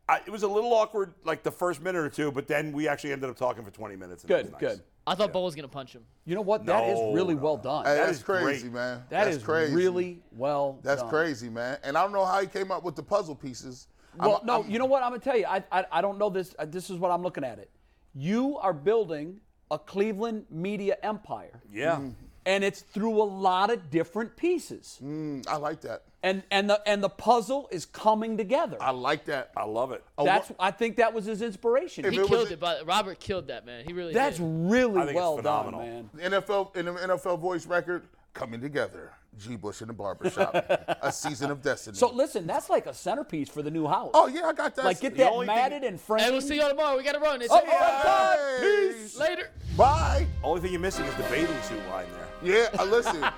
[SPEAKER 4] I, it was a little awkward, like the first minute or two, but then we actually ended up talking for 20 minutes. And it
[SPEAKER 2] Good,
[SPEAKER 4] was nice.
[SPEAKER 2] good.
[SPEAKER 1] I thought Bo was going to punch him.
[SPEAKER 2] You know what? that is
[SPEAKER 4] No,
[SPEAKER 2] really
[SPEAKER 4] no,
[SPEAKER 2] well
[SPEAKER 4] no.
[SPEAKER 2] done.
[SPEAKER 3] Hey,
[SPEAKER 2] That
[SPEAKER 3] that's
[SPEAKER 4] is
[SPEAKER 3] crazy,
[SPEAKER 4] great.
[SPEAKER 3] man.
[SPEAKER 2] That
[SPEAKER 3] that's
[SPEAKER 2] is
[SPEAKER 3] crazy.
[SPEAKER 2] really well
[SPEAKER 3] That's
[SPEAKER 2] done.
[SPEAKER 3] crazy, man. And I don't know how he came up with the puzzle pieces. I'm-
[SPEAKER 2] Well, no,
[SPEAKER 3] I'm-
[SPEAKER 2] you know what? I'm gonna tell you. I, I I don't know this. uh, This is what I'm looking at. It. You are building a Cleveland media empire,
[SPEAKER 4] Yeah.
[SPEAKER 2] and it's through a lot of different pieces,
[SPEAKER 4] Mm.
[SPEAKER 3] I like that.
[SPEAKER 2] and and the and the puzzle is coming together.
[SPEAKER 3] I like that.
[SPEAKER 4] I love it.
[SPEAKER 2] That's I think that was his inspiration.
[SPEAKER 1] He
[SPEAKER 3] it was
[SPEAKER 1] killed
[SPEAKER 3] a-
[SPEAKER 1] it, but Robert killed that, man. He really
[SPEAKER 2] That's
[SPEAKER 1] did.
[SPEAKER 4] I
[SPEAKER 2] really
[SPEAKER 4] think it's
[SPEAKER 2] well done,
[SPEAKER 4] phenomenal.
[SPEAKER 2] man.
[SPEAKER 3] NFL in the NFL voice record coming together. G. Bush in the barbershop. a season of destiny.
[SPEAKER 2] So listen, that's like a centerpiece for the new house.
[SPEAKER 3] oh yeah, I got that.
[SPEAKER 2] like get that
[SPEAKER 4] only thing-
[SPEAKER 2] matted and framed.
[SPEAKER 1] And we'll see y'all tomorrow. We got to run. It's
[SPEAKER 2] Oh,
[SPEAKER 3] Hey,
[SPEAKER 1] Later.
[SPEAKER 3] Bye.
[SPEAKER 4] Only thing you're missing is the bathing suit line there.
[SPEAKER 3] Yeah, uh, listen.